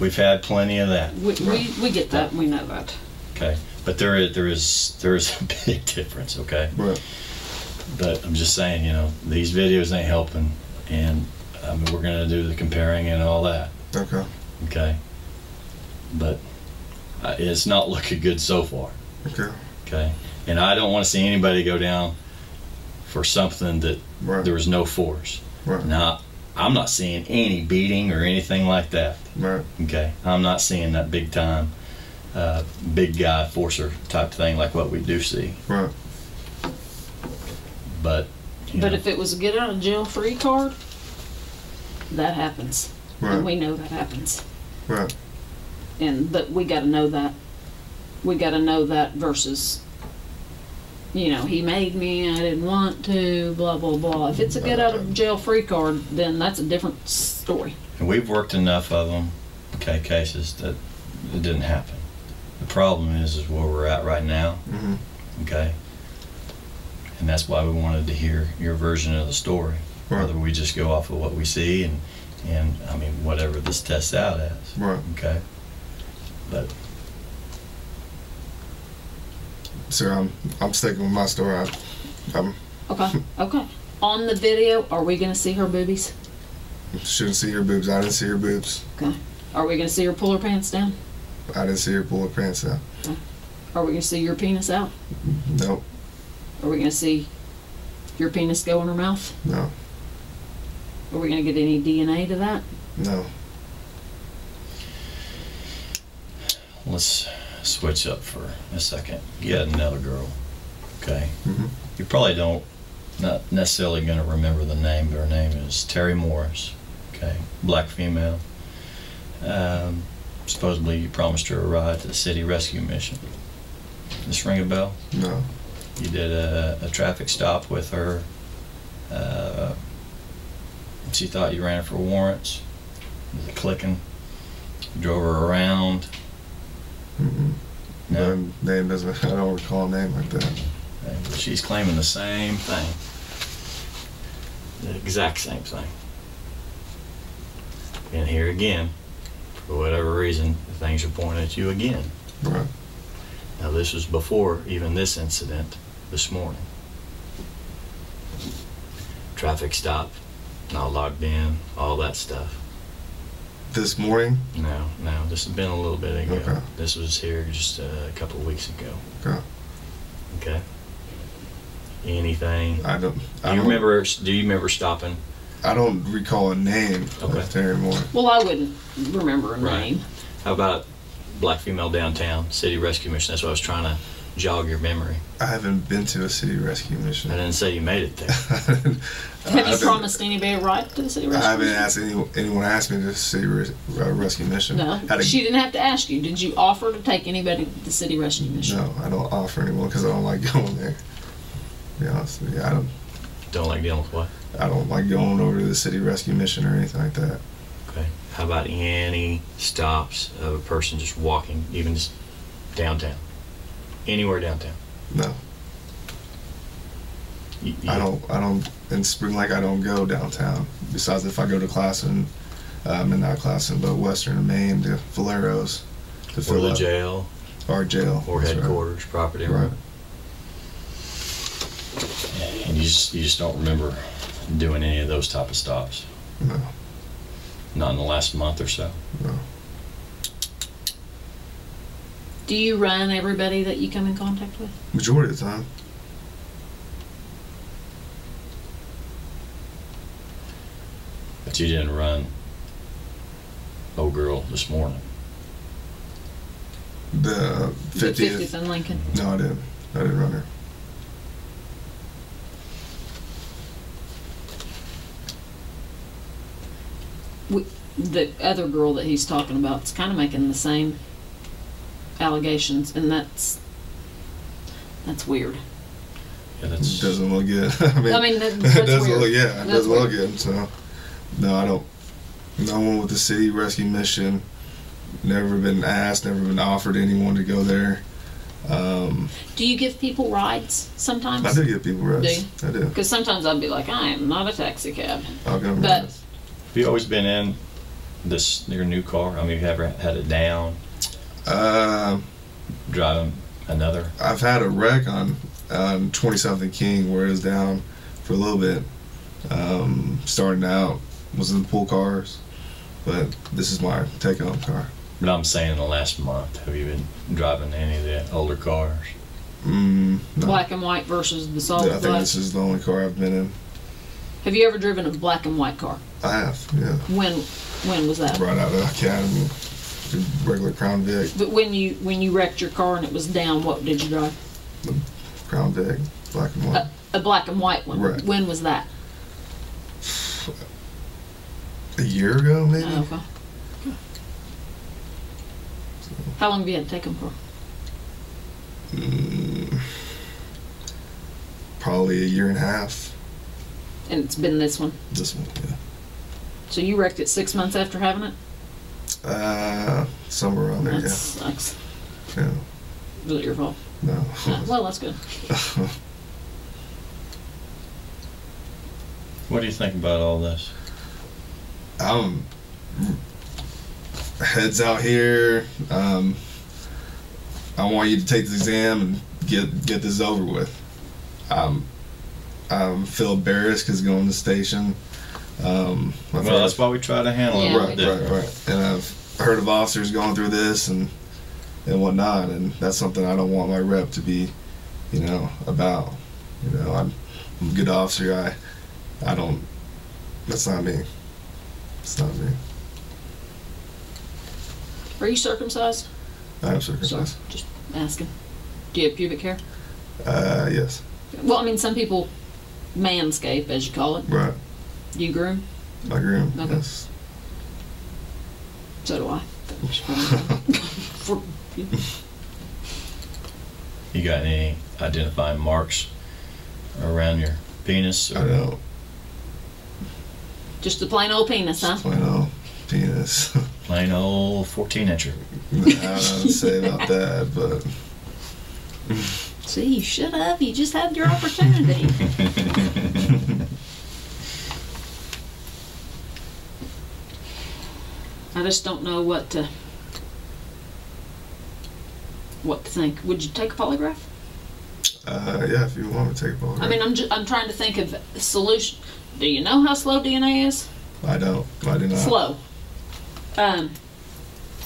we've had plenty of that.
We, we, we get that, we know that.
Okay, but there is there is there is a big difference. Okay,
Right.
but I'm just saying, you know, these videos ain't helping, and I mean, we're gonna do the comparing and all that.
Okay.
Okay, but uh, it's not looking good so far.
Okay.
Okay. And I don't want to see anybody go down for something that
Right.
there was no force.
Right.
Now, I'm not seeing any beating or anything like that.
Right.
Okay. I'm not seeing that big time, uh, big guy forcer type thing like what we do see.
Right.
But, you
But
know,
if it was a get out of jail free card, that happens. And we
Right.
know that happens.
Right.
and but we got to know that we got to know that versus you know he made me i didn't want to blah blah blah if it's a get out of jail free card then that's a different story
and we've worked enough of them, okay, cases that it didn't happen. The problem is, is where we're at right now.
Mhm.
okay? And that's why we wanted to hear your version of the story,
Right.
whether we just go off of what we see and, and I mean, whatever this tests out as,
Right.
okay? But
So I'm I'm sticking with my story. I, I'm
okay okay on the video are we gonna see her boobies
shouldn't see your boobs. I didn't see your boobs.
okay are we gonna see her pull her pants down
I didn't see your bullet pants out.
are we gonna see your penis out
Nope.
are we gonna see your penis go in her mouth
No.
are we gonna get any dna to that
No.
let's switch up for a second. You had another girl, okay?
Mhm.
You probably don't, not necessarily going to remember the name, but her name is Terry Morris, okay? Black female. Um, supposedly, you promised her a ride to the city rescue mission. This ring a bell?
No.
You did a, a traffic stop with her. Uh, she thought you ran her for warrants. Was it clicking? Drove her around.
Mm-mm.
No.
Name, name doesn't. I don't recall a name like that.
And She's claiming the same thing. The exact same thing. And here again, for whatever reason, things are pointed at you again.
Right.
Now, this was before even this incident this morning. Traffic stop, not logged in, all that stuff.
This morning.
No, no, this has been a little bit ago.
Okay.
This was here just a couple of weeks ago.
Okay.
Okay. Anything?
I don't.
Do
I
you
don't,
remember? Do you remember stopping?
I don't recall a name
Okay.
of Terry Moore.
well i wouldn't remember a
Right.
name
How about black female downtown city rescue mission? That's what I was trying to jog your memory.
I haven't been to a city rescue mission.
I didn't say you made it there.
Have
have you promised anybody a ride to the city
I
rescue
haven't asked any, anyone asked me to city res, uh, rescue mission.
No,
Had a-
she didn't have to ask you. Did you offer to take anybody to the city rescue mission?
no, I don't offer anyone because I don't like going there. To be honest with you, I don't.
Don't like dealing with what?
I don't like going over to the city rescue mission or anything like that.
Okay. How about any stops of a person just walking, even just downtown, anywhere downtown?
No,
You-
I
you-
don't. I don't. In Spring Lake, I don't go downtown. uh, Besides, if I go to class in, um, in not class in, but Western and Maine to Valero's, To
or
fill
the
out
jail,
Our jail.
or
that's right.
headquarters, property.
Right.
And you just, you just don't remember doing any of those type of stops.
No.
Not in the last month or so.
Do you run everybody that you come in contact with?
Majority of the time.
But you didn't run old girl this morning.
The
The
50th.
in Lincoln.
No, I didn't. I didn't run her.
The other girl that he's talking about is kind of making the same allegations, and that's that's weird.
Yeah,
It
that's
doesn't look good. I mean,
I mean, that- that's
it doesn't
weird.
look yeah, it
That's
doesn't look
weird.
good. So, no, I don't. No one with the city rescue mission. Never been asked. Never been offered anyone to go there. Um,
Do you give people rides
I
sometimes?
do get people rides. I do.
Because sometimes I'd be like, I am not a taxi cab.
I'll go
But-
rides.
Have you always been in this your new car? I mean, you ever had it down
Um,
driving another?
I've had a wreck on on twenty something King where it was down for a little bit. Um, starting out was in pool cars, but this is my take home car.
But I'm saying in the last month, have you been driving any of the older cars?
Mm, no.
Black and white versus the
I
solid
think
black.
this is the only car I've been in.
Have you ever driven a black and white car?
I have, yeah.
When when was that?
Right out of the academy, the regular Crown Vic,
But when you when you wrecked your car and it was down, what did you drive?
Crown Vic, black and white.
A black and white one.
Right.
When was that?
A year ago, maybe.
Oh, okay. How long have you had to take them for?
Mm, probably a year and a half.
And it's been this one.
This one, yeah.
So you wrecked it six months after having it.
Uh, somewhere around there,
That
yeah.
sucks.
yeah.
Was it your fault?
No.
Uh, well, that's good.
What do you think about all this?
I'm Um, heads out here. Um, I want you to take this exam and get get this over with. Um, I feel embarrassed because going to the station. Um, my
Well,
first-
that's why we try to handle
Yeah,
it.
right,
different.
right, right. And I've heard of officers going through this and and whatnot, and that's something I don't want my rep to be, you know, about. You know, I'm, I'm a good officer. I, I don't. That's not me. It's not me.
Are you circumcised?
I am
Sorry,
circumcised.
just asking. Do you have pubic hair?
Uh, yes.
Well, I mean, some people manscape, as you call it.
Right.
You groom,
I groom.
Okay.
Yes.
so do I. For-
You got any identifying marks around your penis?
I don't.
Just a plain old penis, huh?
Plain old penis.
Plain old 14 incher.
I don't know what to say about that, but
See, you should have. You just had your opportunity. I just don't know what to what to think. Would you take a polygraph?
uh, yeah, if you want to take a ball.
I mean, I'm ju- I'm trying to think of a solution. Do you know how slow DNA is?
I don't. I do not.
Slow. Um,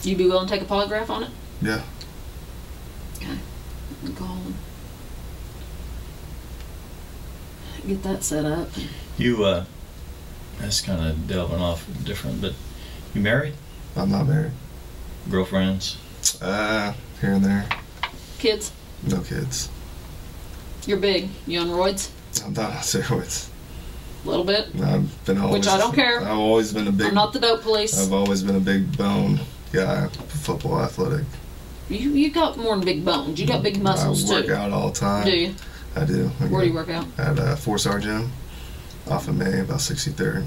you be willing to take a polygraph on it?
Yeah.
Go on. Get that set up.
You, uh, that's kind of delving off different, but you married?
I'm not married.
Girlfriends?
Uh, here and there.
Kids,
No kids.
you're big. You on roids?
I'm not on steroids.
A little bit.
I've been always.
Which I don't care.
I've always been a big. Uh,
I'm not the dope police.
I've always been a big bone guy. Football, athletic.
You you got more than big bones. You got big muscles
I work
too.
out all the time.
Do you?
I do. I
Where do
go
you work out?
At uh, Four Star Gym, off of May, about 63rd.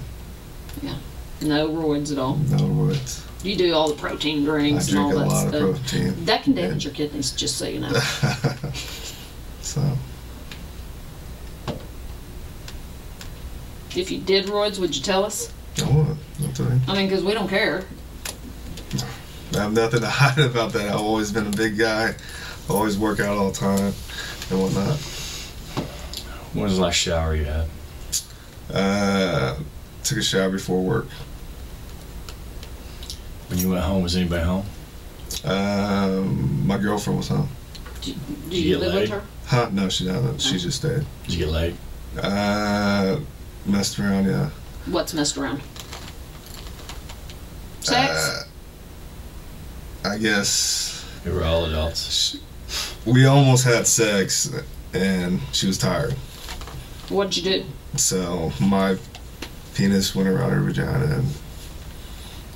No roids at all.
No woods.
You do all the protein
I
drinks and all
drink a
that
lot
stuff.
of protein.
That can damage your kidneys, just so you know.
so
if you did roids, would you tell us?
I would. I'll tell you.
I mean, because we don't care.
I I have nothing to hide about that. I've always been a big guy. I always work out all the time and whatnot.
When was the last shower you had?
Uh, took a shower before work.
When you went home, was anybody home?
Um, my girlfriend was home.
Do, do
Did
you,
you get
live
laid?
with her?
Huh? No, she doesn't. She just stayed.
Did you get laid?
Uh, messed around, yeah.
What's messed around? Sex?
Uh, I guess
We were all adults.
sh we almost had sex, and she was tired.
What'd you do?
So my penis went around her vagina, and,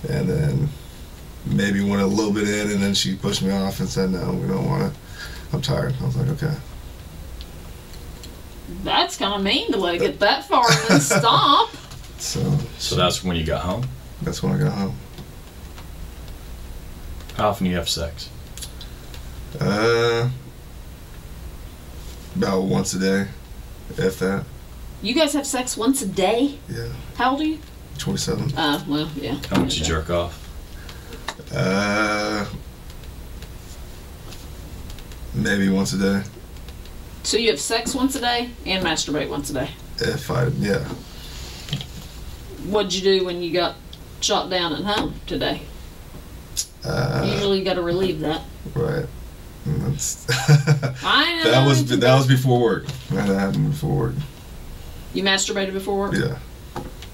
and then maybe went a little bit in, and then she pushed me off and said, "No, we don't want to. I'm tired." I was like, "Okay."
That's kind of mean to let it get that far and then stop.
So
So that's when you got home?
that's when I got home.
How often do you have sex?
Uh, about once a day, if that.
You guys have sex once a day?
Yeah,
How old are you?
27.
Uh, well, yeah.
How much you jerk off?
Uh, maybe once a day.
So you have sex once a day and masturbate once a day.
If I, yeah.
What'd you do when you got shot down at home today?
Uh,
Usually you gotta relieve that.
right. And That's
I know.
that was that was before work. That happened before work.
You masturbated before?
Yeah,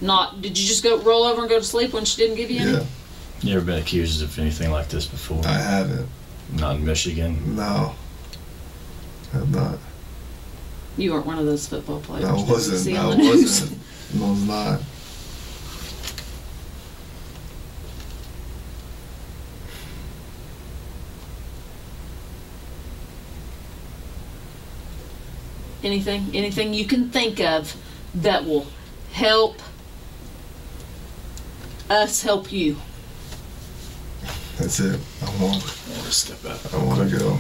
Not, did you just go roll over and go to sleep when she didn't give you any?
yeah.
You ever been accused of anything like this before?
I haven't.
Not in Michigan.
No, I'm not.
You weren't one of those football players.
I
that we see
wasn't. I
on the news.
wasn't. I was not.
Anything, anything you can think of that will help us help you.
That's it. I want.
Step up.
I want to go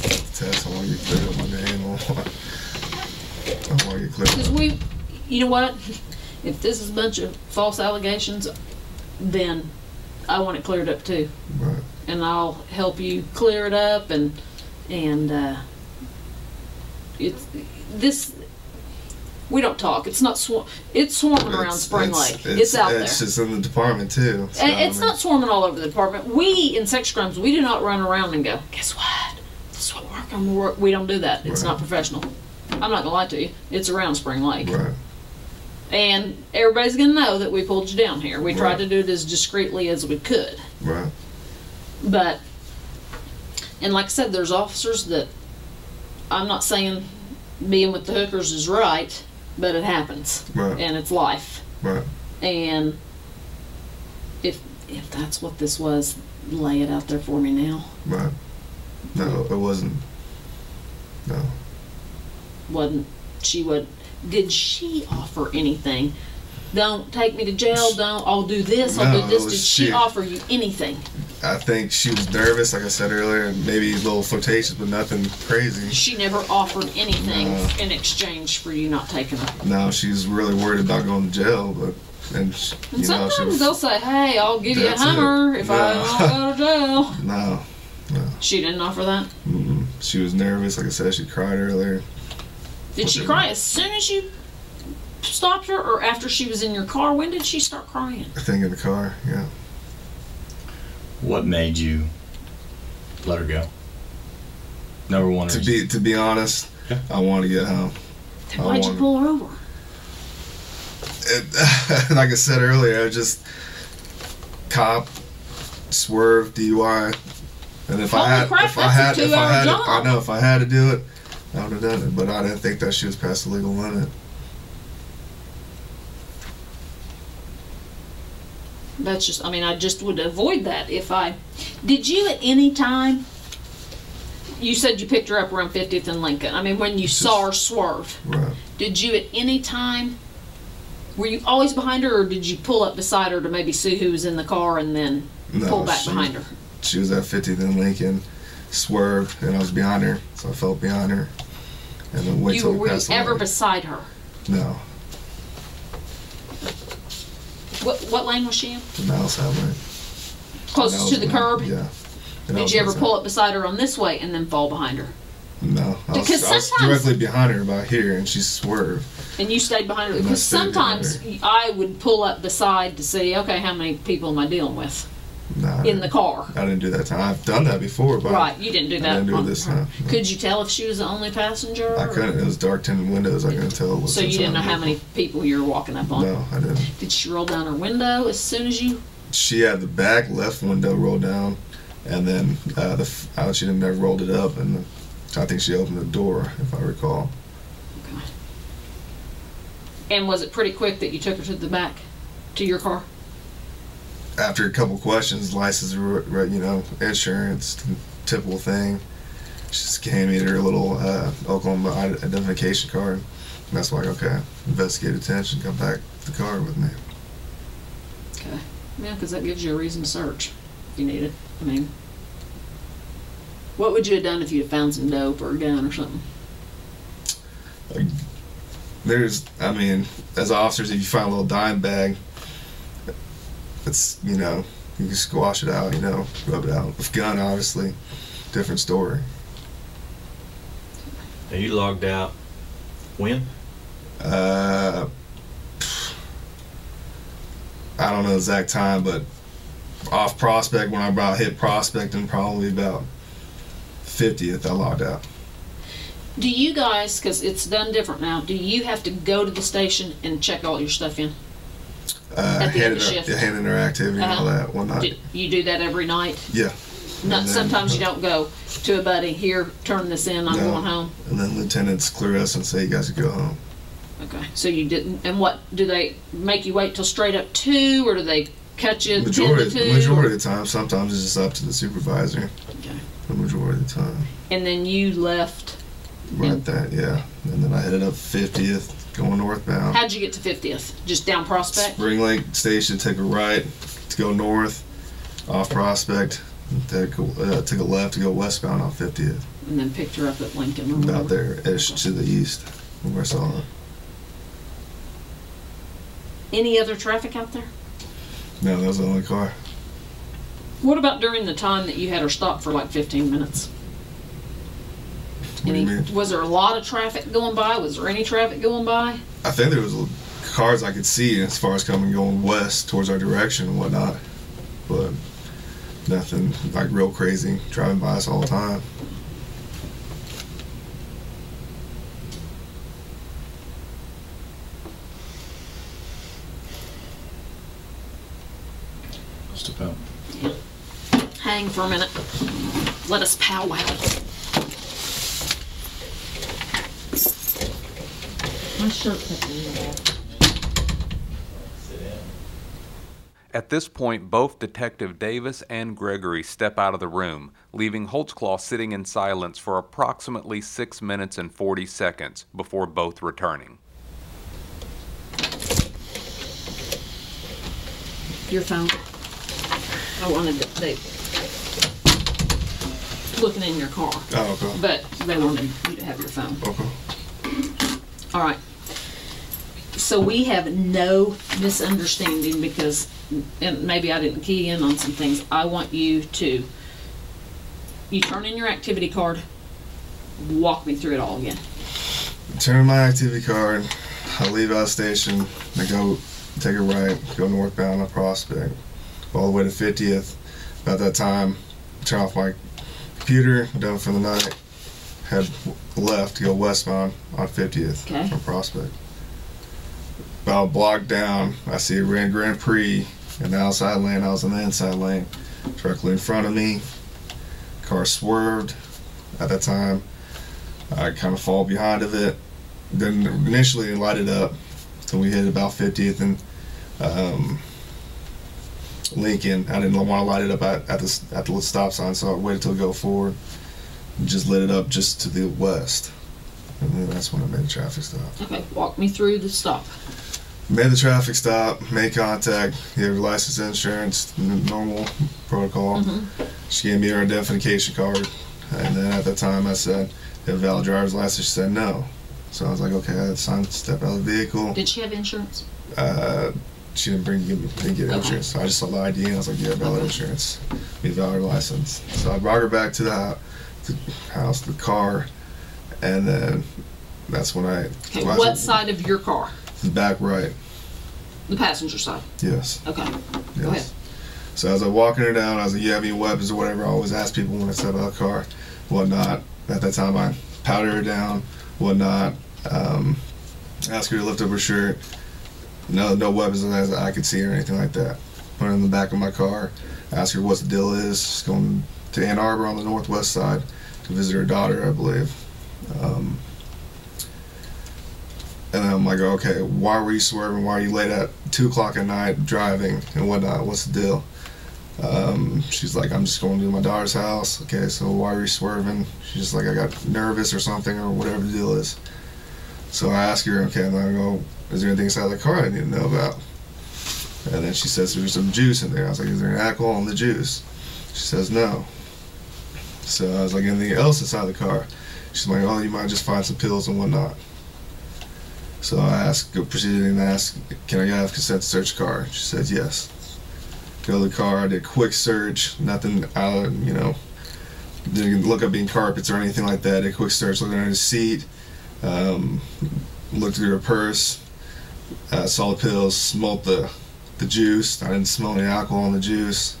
test. I want to get clear of my name. I want, I want to get clear.
Because we, you know what? If this is a bunch of false allegations, then I want it cleared up too.
Right.
And I'll help you clear it up and, and, uh, it's, this, we don't talk. It's not swarm, it's swarming around Spring Lake. It's, out there.
It's just in the department too. so,
And it's
I mean,
not swarming all over the department. We in sex crimes, we do not run around and go, guess what? This is what we're working. on. We're work-" We don't do that. It's
Right.
not professional. I'm not gonna lie to you. It's around Spring Lake,
Right.
and everybody's gonna know that we pulled you down here. We tried
Right.
to do it as discreetly as we could,
Right.
but and like I said, there's officers that I'm not saying being with the hookers is right, but it happens,
Right.
and it's life.
Right.
And if if that's what this was, lay it out there for me now.
Right. No, it wasn't. No.
Wasn't she would did she offer anything? Don't take me to jail, don't I'll do this, I'll
No,
do
it
this.
was
Did she
she-
offer you anything?
I think she was nervous, like I said earlier, and maybe a little flirtatious, but nothing crazy.
She never offered anything
No.
in exchange for you not taking her.
Now she's really worried about going to jail, but and sh
And
you know she
sometimes
was
they'll say, Hey, I'll give you a
That's it.
hammer if I
No.
don't go to jail.
no.
She didn't offer that.
Mm-mm. She was nervous, like I said, she cried earlier.
Did she cry as soon as you stopped her or after she was in your car? When did she start crying?
I think in the car, yeah.
What made you let her go? Number one
To
reason.
be to be honest,
Yeah.
I want to get home.
Then
I
why'd you
wanted-
pull her over?
it, like I said earlier, I just cop, swerve, DUI, and if I
Holy
had,
crap,
if I
that's a
had, if
two-hour
I had,
job.
I know if I had to do it, I would have done it. But I didn't think that she was past the legal limit.
That's just, I mean, I just would avoid that if I. Did you at any time? You said you picked her up around 50th and Lincoln. I mean, when you saw her swerve,
Right.
did you at any time? Were you always behind her, or did you pull up beside her to maybe see who was in the car and then
No,
pull back
she,
behind her?
She was at 50th and Lincoln, swerved, and I was behind her, so I felt behind her. And then wait
You
till
were,
we
were you
passed the
ever
line.
beside her?
No,
What what lane was she in?
the mouse had lane.
closest
No,
to the
no,
curb?
Yeah. And I
Did
was
you ever
outside.
pull up beside her on this way and then fall behind her?
No, I was,
Because
I was
sometimes-
directly behind her about here, and she swerved.
And you stayed behind her?
And I
Because
stayed behind
sometimes I would pull up beside to see, okay, how many people am I dealing with
Nah,
in the car?
I didn't do that time. I've done that before, but
Right, you didn't do
I
that.
didn't do it
on
this
her.
time. no.
Could you tell if she was the only passenger?
I
or-
couldn't. It was dark tinted windows. I couldn't tell. What
So you didn't know how many people you were walking up on?
No, I didn't.
Did she roll down her window as soon as you?
She had the back left window rolled down, and then uh, the f- uh, she never rolled it up, and I think she opened the door, if I recall.
And was it pretty quick that you took her to the back, to your car?
After a couple questions, license, re- re- you know, insurance, the typical thing, she just gave me her little uh, Oklahoma id- identification card. And that's like, okay, investigate attention, come back to the car with me.
Okay. Yeah, because that gives you a reason to search if you need it. I mean, what would you have done if you'd have found some dope or a gun or something?
there's I mean, as officers if you find a little dime bag it's you know, you can squash it out, you know, rub it out. With gun obviously, different story.
Now, you logged out when?
Uh I don't know the exact time, but off prospect when I about hit prospect and probably about fiftieth I logged out.
Do you guys, because it's done different now, do you have to go to the station and check all your stuff in? At
Uh
the end
handed
of shift.
her, handed her activity and all
Uh-huh.
that one night.
Do, you do that every night? Not,
Yeah. And then- uh,
sometimes you don't go to a buddy, here, turn this in, I'm
No.
going home.
And then lieutenants clear us and say you guys can go home.
Okay. So you didn't, and what, do they make you wait till straight up two, or do they cut you at 10 to
Majority,
2?
majority of the time. Sometimes it's just up to the supervisor. The majority of the time.
And then you left.
Right there, yeah. And then I headed up 50th, going northbound.
How'd you get to 50th? Just down Prospect?
Spring Lake Station, took a right to go north, off Prospect. Took, uh, took a left to go westbound on 50th.
And then picked her up at Lincoln. or
About
whatever.
there, ish to the east, where I saw her.
Any other traffic out there?
No, that was the only car.
What about during the time that you had her stop for like 15 minutes?
What do you mean?
Was there a lot of traffic going by? Was there any traffic going by?
I think there was cars I could see as far as coming going west towards our direction and whatnot, but nothing like real crazy driving by us all the time.
Just about.
Hang for a minute. Let us powwow.
My shirt cut me off.
At this point, both Detective Davis and Gregory step out of the room, leaving Holtzclaw sitting in silence for approximately 6 minutes and 40 seconds before both returning.
Your phone. I wanted to, they looking in your car.
Oh, okay.
But they wanted you to have your phone.
Okay.
All right. So we have no misunderstanding because, and maybe I didn't key in on some things. I want you to, you turn in your activity card, walk me through it all again.
Turn my activity card. I leave out of station. I go take a right, go northbound on Prospect, all the way to 50th. About that time, turn off my computer. I'm done for the night. Head left to go westbound on 50th
Okay.
from Prospect. About a block down, I see a Grand Grand Prix in the outside lane. I was in the inside lane, directly in front of me. Car swerved. At that time, I kind of fall behind of it. Then initially it lighted up, so we hit about 50th and um, Lincoln. I didn't want to light it up at, at the s- at the stop sign, so I waited till it go forward. And just lit it up just to the west, and then that's when I made the traffic stop.
Okay, walk me through the stop.
Made the traffic stop, made contact, gave her license, insurance, n- normal protocol. She gave me her identification card, and then at that time I said, "Do you have a valid driver's license?" She said, "No." So I was like, "Okay, that's time to step out of the vehicle."
Did she have insurance?
Uh, she didn't bring give me didn't get insurance. So I just saw the ID and I was like, yeah, valid insurance, we valid license. So I brought her back to the, hou- to the house, the car, and then that's when I.
Okay,
when I-
what side of your car?
The back right.
The passenger side.
Yes.
Okay. Go ahead.
Yes. So as I was walking her down, I was like, "You have any weapons or whatever?" I always ask people when I step out of the car, whatnot. At that time, I powder her down, whatnot. Um, ask her to lift up her shirt. No, no weapons as I could see or anything like that. Put her in the back of my car. Ask her what the deal is. She's going to Ann Arbor on the northwest side to visit her daughter, I believe. Um, and then I'm like, okay, why were you swerving? Why are you late at two o'clock at night driving and whatnot? What's the deal? Um, she's like, I'm just going to my daughter's house. Okay, so why are you swerving? She's just like, I got nervous or something or whatever the deal is. So I ask her, okay, and I go, is there anything inside the car I need to know about? And then she says, there's some juice in there. I was like, is there an alcohol in the juice? She says, no. So I was like, anything else inside the car? She's like, oh, you might just find some pills and whatnot. So I asked, proceeded and asked, can I have consent to search the car? She said yes. Go to the car, I did a quick search, nothing out, of- you know, didn't look up any carpets or anything like that. Did a quick search, looked under the seat, um, looked through her purse, uh, saw the pills, smelled the, the juice. I didn't smell any alcohol in the juice.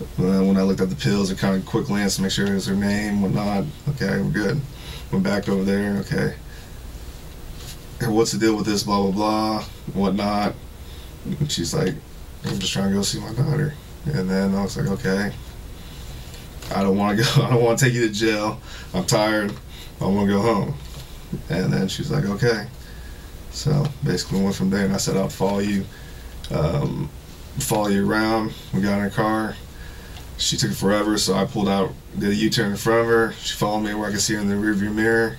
Uh, when I looked at the pills, I kind of quick glance to make sure it was her name, whatnot. Okay, we're good. Went back over there, okay and what's the deal with this, blah blah blah, whatnot. And she's like, I'm just trying to go see my daughter. And then I was like, okay, I don't want to go. I don't want to take you to jail. I'm tired. I want to go home. And then she's like, okay. So basically went from there, and I said I'll follow you, um, follow you around. We got in her car. She took forever, so I pulled out, did a U-turn in front of her. She followed me where I could see her in the rearview mirror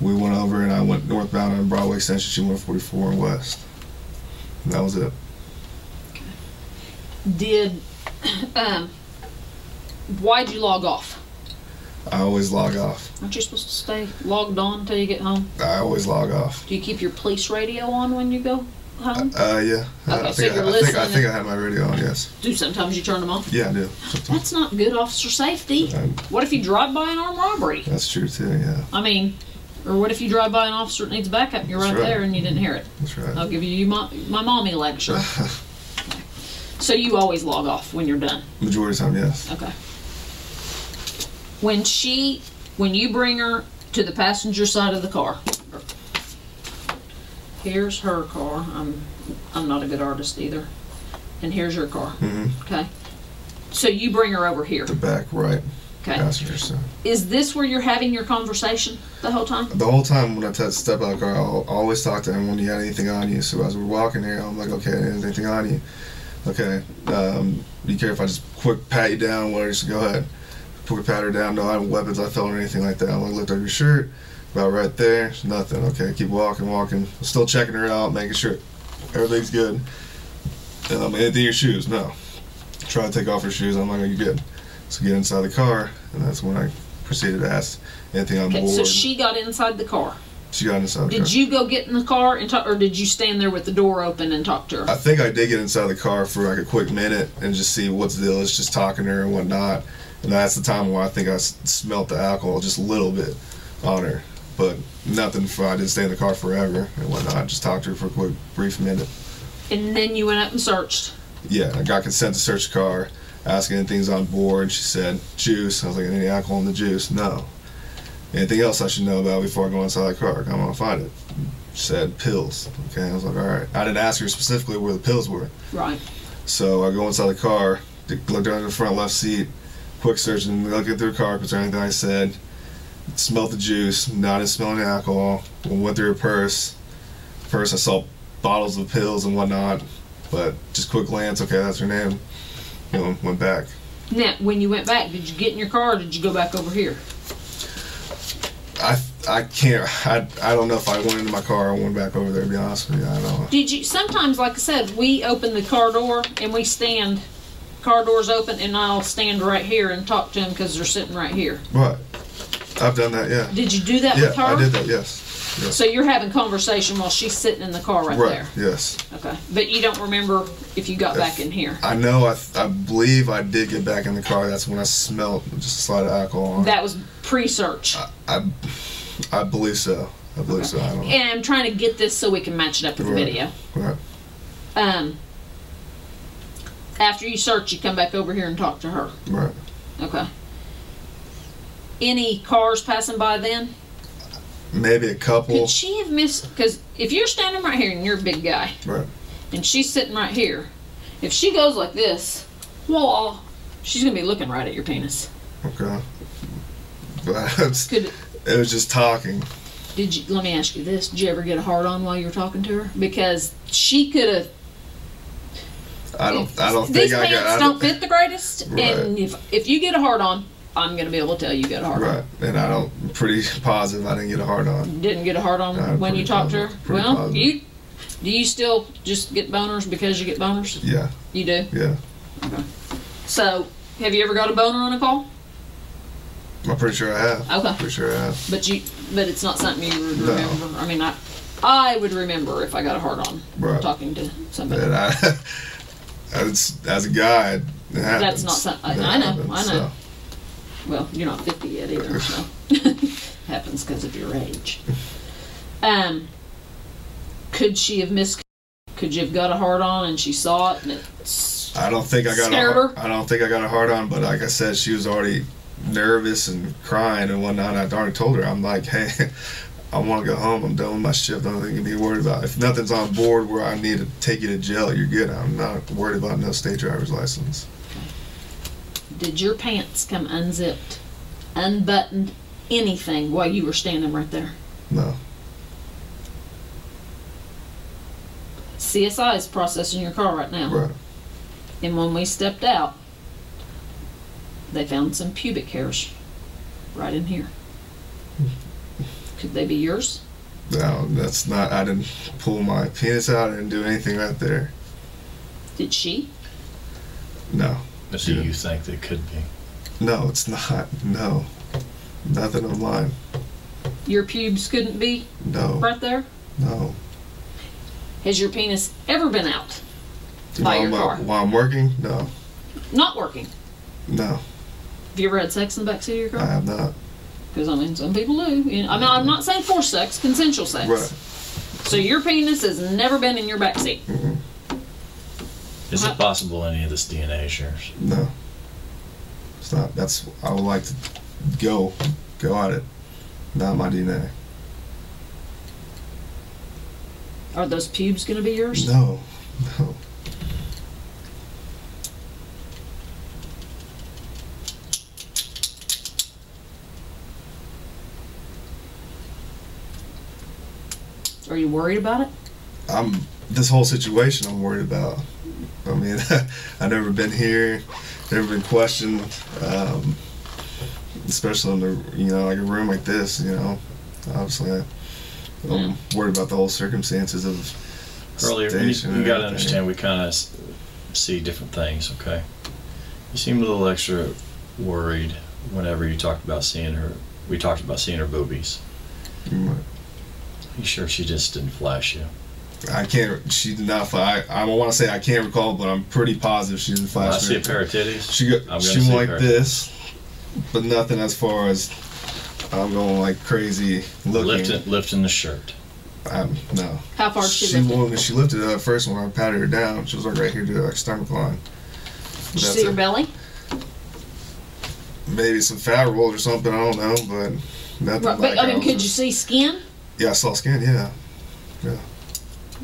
we went over and I went northbound on Broadway Extension. She went 44 and west. And that was it.
Did um, why'd you log off?
I always log off.
Aren't you supposed to stay logged on till you get home?
I always log off.
Do you keep your police radio on when you go home?
Uh, yeah. I- I,
Okay, so
think
you're
I, I think I
listening.
think I had my radio on. Yes.
Do sometimes you turn them off?
Yeah, I do.
That's not good officer safety.
Um,
What if you drive by an armed robbery?
That's true too. Yeah.
I mean, or what if you drive by an officer that needs backup and you're
That's
right,
right.
there and you didn't hear it?
That's right.
I'll give you my, my mommy lecture. so you always log off when you're done.
Majority of the time, yes.
Okay. When she, when you bring her to the passenger side of the car, here's her car. I'm, I'm not a good artist either. And here's your car.
Mhm.
Okay. So you bring her over here.
The back right.
Okay.
Passenger side.
Is this where you're having your conversation the whole time?
The whole time when I t- step out of the car, I'll always talk to him when he had anything on you. So as we're walking here, I'm like, okay, is anything on you? Okay, um, you care if I just quick pat you down? Whatever, just go ahead. Quick pat her down. No, I haven't weapons. I felt or anything like that. I'm like, looked up your shirt, about right there. Nothing. Okay, keep walking, walking. I'm still checking her out, making sure everything's good. Um, anything in your shoes? No. Try to take off her shoes. I'm like, are you good? So get inside the car, and that's when I proceeded to ask anything on
Okay,
board.
so she got inside the car.
She got inside the car.
Did you go get in the car and talk, or did you stand there with the door open and talk to her?
I think I did get inside the car for like a quick minute and just see what's the deal. It's just talking to her and whatnot. And that's the time where I think I s- smelt the alcohol just a little bit on her. But nothing for I didn't stay in the car forever and whatnot. Just talked to her for a quick, brief minute.
And then you went up and searched.
Yeah, I got consent to search the car, asking anything's on board. She said, juice. I was like, any alcohol in the juice? No. Anything else I should know about before I go inside the car? I want to find it. She said, pills. Okay, I was like, all right. I didn't ask her specifically where the pills were.
Right.
So I go inside the car, look down the front left seat, quick search, and look at their carpets or anything I said. Smelled the juice, not as smelling alcohol. Went through her purse. First, I saw bottles of pills and whatnot, but just quick glance, okay, that's her name. You know, went back.
Now, when you went back, did you get in your car or did you go back over here?
I, I can't, I, I don't know if I went into my car or went back over there, to be honest with you. I don't know.
Did you? Sometimes, like I said, we open the car door and we stand. Car doors open, and I'll stand right here and talk to them because they're sitting right here.
But I've done that, yeah.
Did you do that
yeah,
with her?
I did that, yes. Yes.
So you're having conversation while she's sitting in the car right,
Right,
there.
yes.
Okay, but you don't remember if you got back in here.
I know, I, I believe I did get back in the car. That's when I smelled just a slight of alcohol on it.
That was pre-search,
I, I believe so. I believe so. I don't know.
and I'm trying to get this so we can match it up with the
Right.
video.
Right.
Um, after you search, you come back over here and talk to her.
Right.
Okay. Any cars passing by then?
Maybe a couple.
Could she have missed? Because if you're standing right here and you're a big guy,
Right.
and she's sitting right here, if she goes like this, well, she's gonna be looking right at your penis.
Okay. But it's-
Could
it was just talking.
did you? Let me ask you this: Did you ever get a hard on while you were talking to her? Because she could have.
I don't. I don't
These
think I
pants
got. I
don't fit the greatest,
Right.
and if if you get a hard on, I'm gonna be able to tell you got a hard
Right. And I don't. I'm Pretty positive I didn't get a hard on.
on. Didn't get a hard on
No,
when you
pretty
talked to
positive-
her.
pretty
Well,
positive.
you do you still just get boners because you get boners?
Yeah.
You do.
Yeah.
So, have you ever got a boner on a call?
I'm pretty sure I have.
Okay.
Pretty sure I have.
But you, but it's not something you would
No.
remember. I mean, I, I would remember if I got a hard on
Right.
talking to somebody.
And I, as, as a guy, it
That's
happens.
not something.
It
I know.
happens,
I know.
so.
Well, you're not 50 yet either, so happens because of your age. Um, could she have missed? Could you have got a hard on and she saw it and it's
I don't think I got.
Scared
A, har-
her?
I don't think I got a hard on, but like I said, she was already nervous and crying and whatnot. I already told her, I'm like, hey, I want to go home. I'm done with my shift. I don't think you can be worried about. If nothing's on board where I need to take you to jail, you're good. I'm not worried about no state driver's license.
Did your pants come unzipped, unbuttoned, anything while you were standing right there?
No.
CSI is processing your car right now.
Right.
And when we stepped out, they found some pubic hairs right in here. Could they be yours?
No, that's not. I didn't pull my penis out. I didn't do anything right there.
Did she?
No.
Do you think that could be?
No, it's not. No. Nothing of mine.
Your pubes couldn't be
No.
right there?
No.
Has your penis ever been out? By
while,
your
I'm,
car.
while I'm working? No.
Not working.
No.
Have you ever had sex in the backseat of your
I
car?
have not.
Because, I mean, some people do. You know, I mean, I'm not saying forced sex, consensual sex.
Right.
So your penis has never been in your backseat.
Is
Uh,
it possible any of this DNA is yours?
No. It's not. That's. I would like to go. Go at it. Not my DNA.
Are those pubes going to be yours?
No. No.
Are you worried about it?
I'm. This whole situation I'm worried about. I mean, I've never been here, never been questioned, um, especially in the you know like a room like this. You know, obviously, I, I'm worried about the whole circumstances of
Earlier, you,
station
you
and
got to
everything.
understand we kind of see different things, okay? You seemed a little extra worried whenever you talked about seeing her. We talked about seeing her boobies.
Mm,
You sure she just didn't flash you?
I can't. She did not fly. I, I don't want to say I can't recall, but I'm pretty positive she didn't
When I
flash.
see a
me.
pair of titties.
She
I'm
go,
gonna
she
see
went like
her.
this, but nothing as far as I'm going like crazy looking.
Lifting, lifting the shirt.
Um, no.
How far did she
She
lift it?
when she lifted it up first when I patted her down, she was like right here to her stomach line. But
Did you
that's
see her
it.
belly?
Maybe some fat rolled or something. I don't know, but nothing.
Right,
like
but I mean,
was
could you
just-
see skin?
Yeah, I saw skin. Yeah.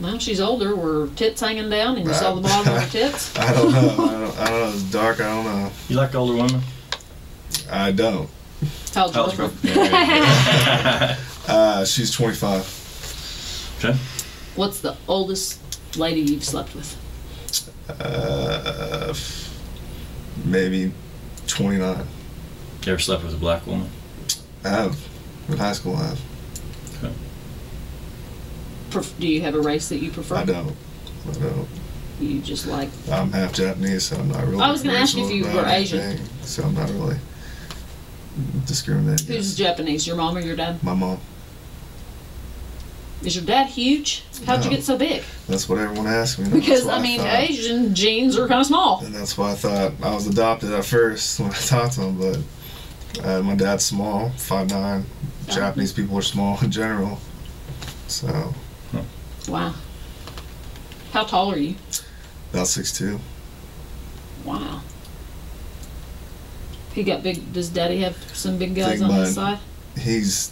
Well, she's older. Were tits hanging down, and you saw the bottom of her tits.
I don't know. I don't, I don't know. It's dark. I don't know.
You like older women?
I don't.
How old
How's
you were?
Uh, she's 25.
okay.
What's the oldest lady you've slept with?
Uh, f- maybe 29.
You ever slept with a black woman?
I have. In high school, I have.
Pref- Do you have a race that you prefer?
I don't. I don't.
You just like
I'm half Japanese, so I'm not really.
I was gonna ask you if
racial
you
about
were Asian.
anything, So I'm not really discriminating.
who's
against
Japanese? Your mom or your dad?
My mom.
Is your dad huge? How'd you
No.
get so big?
That's what everyone asks me. That's
Because
why
I mean,
thought-
Asian genes are kind of small.
And that's why I thought I was adopted at first when I talked to him, but uh, my dad's small, five nine.
Oh.
Japanese people are small in general, so
Wow. How tall are you?
about six two.
Wow. He got big. Does Daddy have some big guys
Big
on his
bud.
side?
He's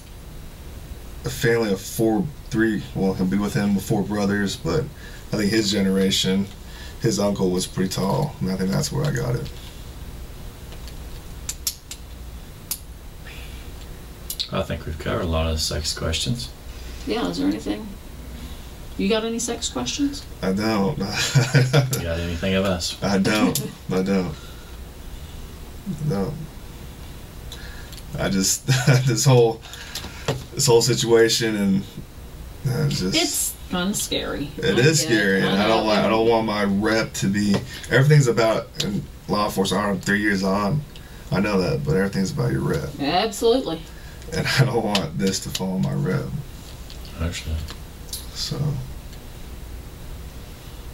a family of four, three. Well, he'll be with him with four brothers, but I think his generation, his uncle was pretty tall, and I think that's where I got it.
I think we've covered a lot of the sex questions.
Yeah. Is there anything? You got any sex questions?
I don't.
You got anything of us?
I don't. I don't. No. I just this whole this whole situation and I just
It's kind of scary.
it
I
is
get
scary and I don't
know.
like I don't want my rep to be everything's about in law enforcement I'm three years on. I know that, but everything's about your rep.
Absolutely.
And I don't want this to fall on my rep.
Actually.
So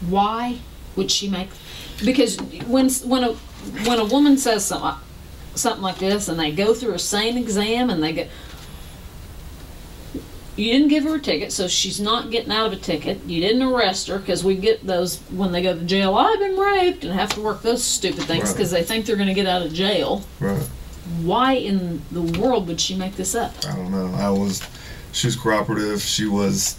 why would she make because when when a when a woman says something something like this and they go through a sane exam and they go you didn't give her a ticket so she's not getting out of a ticket you didn't arrest her because we get those when they go to jail "Oh, i've been raped and have to work those stupid things
Right.
because they think they're going to get out of jail
right.
why in the world would she make this up
I don't know. I was, she was cooperative. She was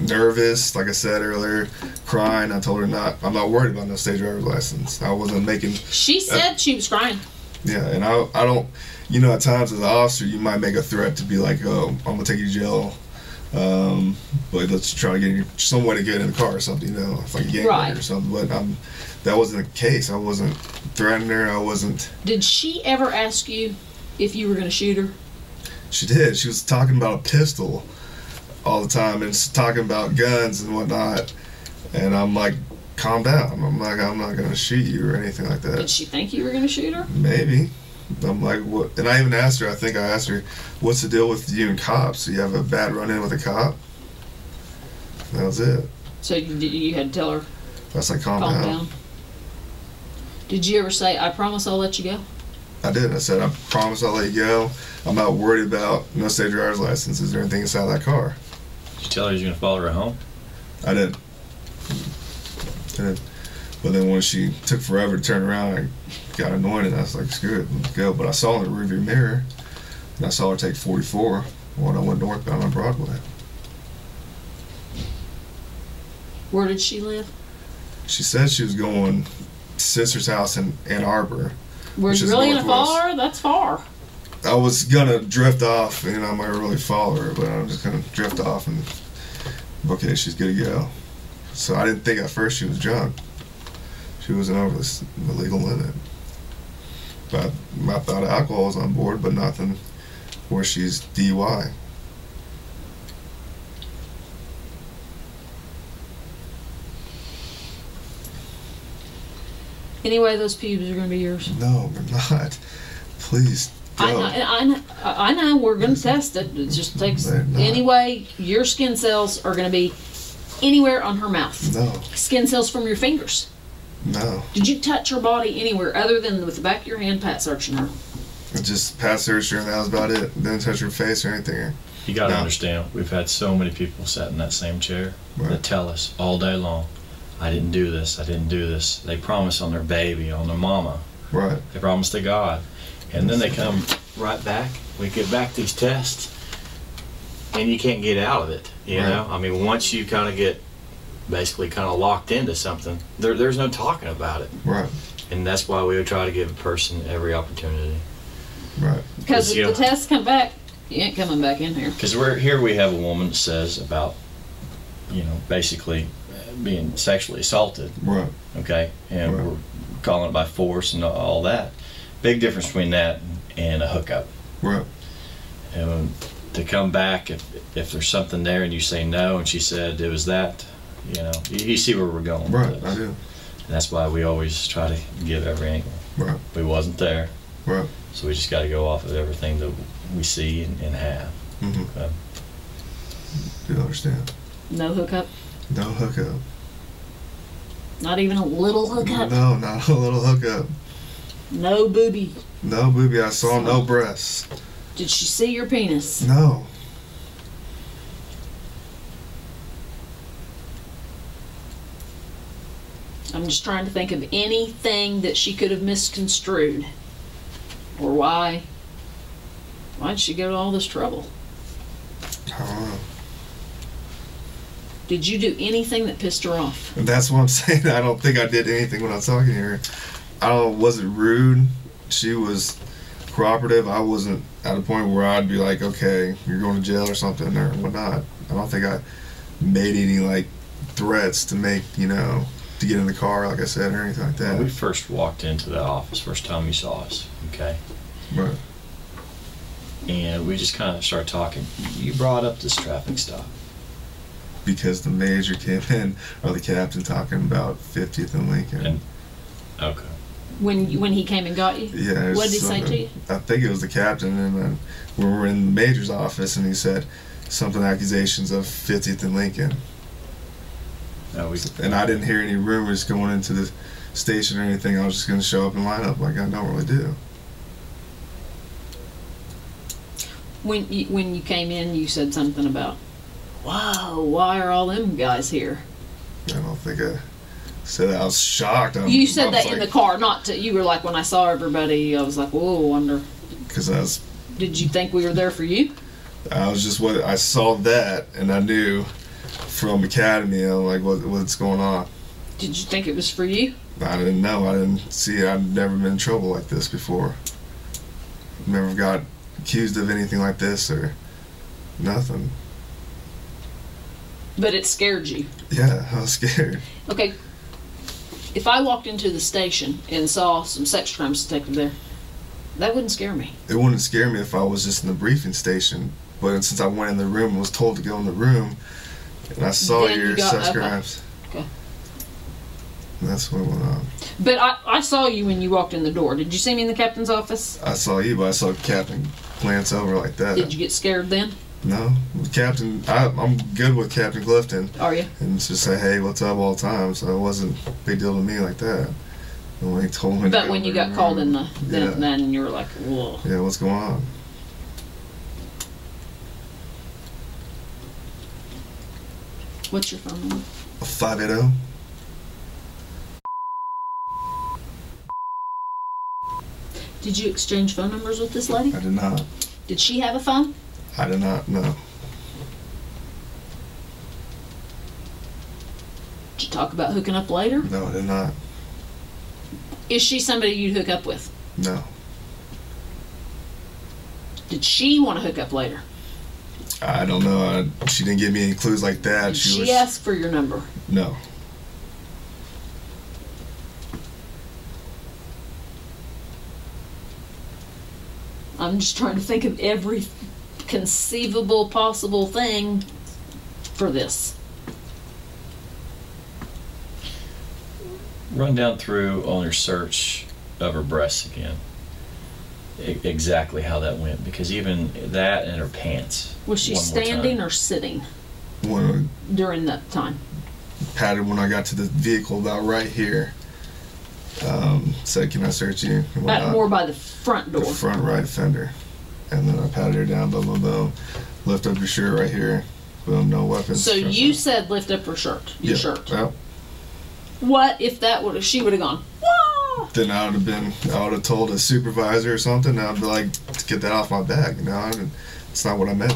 nervous, like I said earlier, crying. I told her not. I'm not worried about no state driver's license. I wasn't making.
she said she was crying
Yeah, and I, I don't. You know, at times as an officer, you might make a threat to be like, "Oh, I'm gonna take you to jail," um, but let's try to get you some way to get in the car or something. You know, it's like a gang
Right.
raid or something. But um, that wasn't the case. I wasn't threatening her. I wasn't.
did she ever ask you if you were going to shoot her
She did. She was talking about a pistol all the time and s- talking about guns and whatnot. And I'm like, calm down. I'm like, I'm not gonna shoot you or anything like
did
that.
she think you were going to shoot her
Maybe. I'm like, what? And I even asked her. I think I asked her, what's the deal with you and cops? Do you have a bad run-in with a cop? And that was it.
So you, did- you had to tell her,
I was like, calm,
calm
down.
down. Did you ever say, I promise I'll let you go?
I did. I said, I promise I'll let you go. I'm not worried about no state driver's licenses or anything inside that car.
Did you tell her you were going to follow her home?
I did. I did. But then when she took forever to turn around, I got annoyed and I was like, screw it, let's go. But I saw in the rearview mirror and I saw her take 44 when I went northbound on Broadway.
Where did she live?
She said she was going to sister's house in Ann Arbor.
Were
Which
you
is
really going to
northwest.
follow her? That's far.
I was gonna drift off and I might really follow her, but I'm just gonna drift off and okay, she's good to go. So I didn't think at first she was drunk. She wasn't over this, the legal limit. But I thought alcohol was on board, but nothing where she's DUI.
Anyway, those pubes are going to be yours.
No, we're not. Please go.
I know, I know, I know we're going to test it. It just takes.
They're not.
Anyway, your skin cells are going to be anywhere on her mouth.
No,
Skin cells from your fingers.
no.
Did you touch her body anywhere other than with the back of your hand pat searching her?
I just passed her and that was about it. Didn't touch her face or anything.
You got to
No.
understand, we've had so many people sat in that same chair
Right.
that tell us all day long, I didn't do this, I didn't do this. They promise on their baby, on their mama,
Right.
they promise to God. And then they come right back, we get back these tests, and you can't get out of it. You
Right.
know, I mean, once you kind of get basically kind of locked into something, there, there's no talking about it.
Right.
And that's why we would try to give a person every opportunity.
Right.
Because if
Yeah.
the tests come back, you ain't coming back in here.
Because we're here, we have a woman that says about, you know, basically being sexually assaulted,
Right.
okay, and
Right.
we're calling it by force and all that. Big difference between that and a hookup.
Right.
And to come back, if if there's something there and you say no, and she said it was that, you know, you, you see where we're going. with
Right.
this.
I do.
And that's why we always try to give every angle.
Right.
We wasn't there,
Right.
so we just got to go off of everything that we see and, and have.
hmm
Okay.
Do you understand?
No hookup.
No hookup.
Not even a little hookup.
No, not a little hookup.
No booby.
No booby. I saw no breasts.
Did she see your penis?
No.
I'm just trying to think of anything that she could have misconstrued. Or why. Why'd she go to all this trouble?
I don't know.
Did you do anything that pissed her off?
And that's what I'm saying. I don't think I did anything when I was talking to her. I don't, wasn't rude. She was cooperative. I wasn't at a point where I'd be like, okay, you're going to jail or something or whatnot. I don't think I made any like threats to make, you know, to get in the car, like I said, or anything like that.
When we first walked into that office, first time you saw us, okay?
Right.
And we just kind of started talking. You brought up this traffic stop.
Because the major came in, or the captain talking about 50th and Lincoln.
And, okay.
When when he came and got you?
Yeah. it was
What did he say to
something-
you?
I think it was the captain, and then we were in the major's office, and he said something accusations of 50th and Lincoln.
No, we,
And I didn't hear any rumors going into the station or anything. I was just going to show up and line up like I normally do.
When you, when you came in, you said something about, "Whoa, why are all them guys here?"
I don't think I said that. I was shocked. I,
you said that in
like,
the car, not to. You were like, when I saw everybody, I was like, "Whoa, wonder."
Because I was,
Did you think we were there for you?
I was just what I saw that, and I knew from Academy, I'm like, what, what's going on?
Did you think it was for you?
I didn't know. I didn't see it. I've never been in trouble like this before. Never got accused of anything like this or nothing.
But it scared you.
Yeah, I was scared.
Okay. If I walked into the station and saw some sex crimes detective there, that wouldn't scare me.
It wouldn't scare me if I was just in the briefing station, but since I went in the room and was told to go in the room, and I saw
Then you
your
got-
sex
okay.
crimes.
Okay.
And that's what went on.
But I, I saw you when you walked in the door. Did you see me in the captain's office?
I saw you, but I saw Captain glance over like that.
Did you get scared then?
No, Captain. I, I'm good with Captain Clifton.
Are you?
and just say, "Hey, what's up?" all the time. So it wasn't a big deal to me like that. And when he told me,
But when you got called in the, then,
Yeah.
then you were like, whoa.
yeah, what's going on?
What's your phone number?
A five eight zero.
Did you exchange phone numbers with this lady?
I did not.
Did she have a phone?
I did not know.
Did you talk about hooking up later?
No, I did not.
Is she somebody you'd hook up with?
No,
Did she want to hook up later?
I don't know. I, she didn't give me any clues like that.
Did
She,
she
was
ask for your number?
no.
I'm just trying to think of every conceivable possible thing for this.
run down through on your search of her breasts again. E- exactly how that went because even that and her pants.
Was she
one more time.
standing or sitting
When
during that time?
I patted when I got to the vehicle about right here. Um, said, "Can I search you?" And
Back
whatnot.
more by the front
the
door.
front right fender, and then I patted her down. Boom, boom, boom. Lift up your shirt right here. Boom, no weapons.
So
Turn
you said lift up her shirt, your shirt.
Well,
What if that would she would have gone? Whoa!
then I would have been, I would have told a supervisor or something. and I'd be like, get that off my back. You know, I didn't, it's not what I meant.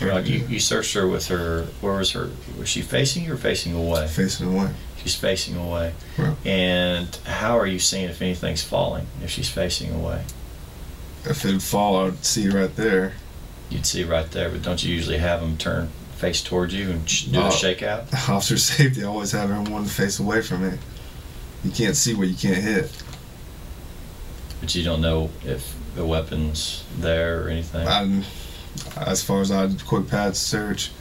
You're like, you, you searched her with her. Where was her? Was she facing you or facing away?
Facing away.
She's facing away.
Right.
And how are you seeing if anything's falling? If she's facing away,
If it'd fall, I'd see right there.
you'd see right there. But don't you usually have them turn face towards you and sh- do
No.
a shakeout?
Officer safety, I always have everyone face away from me. You can't see what you can't hit.
But you don't know if the weapon's there or anything.
I, as far as I quick pat search,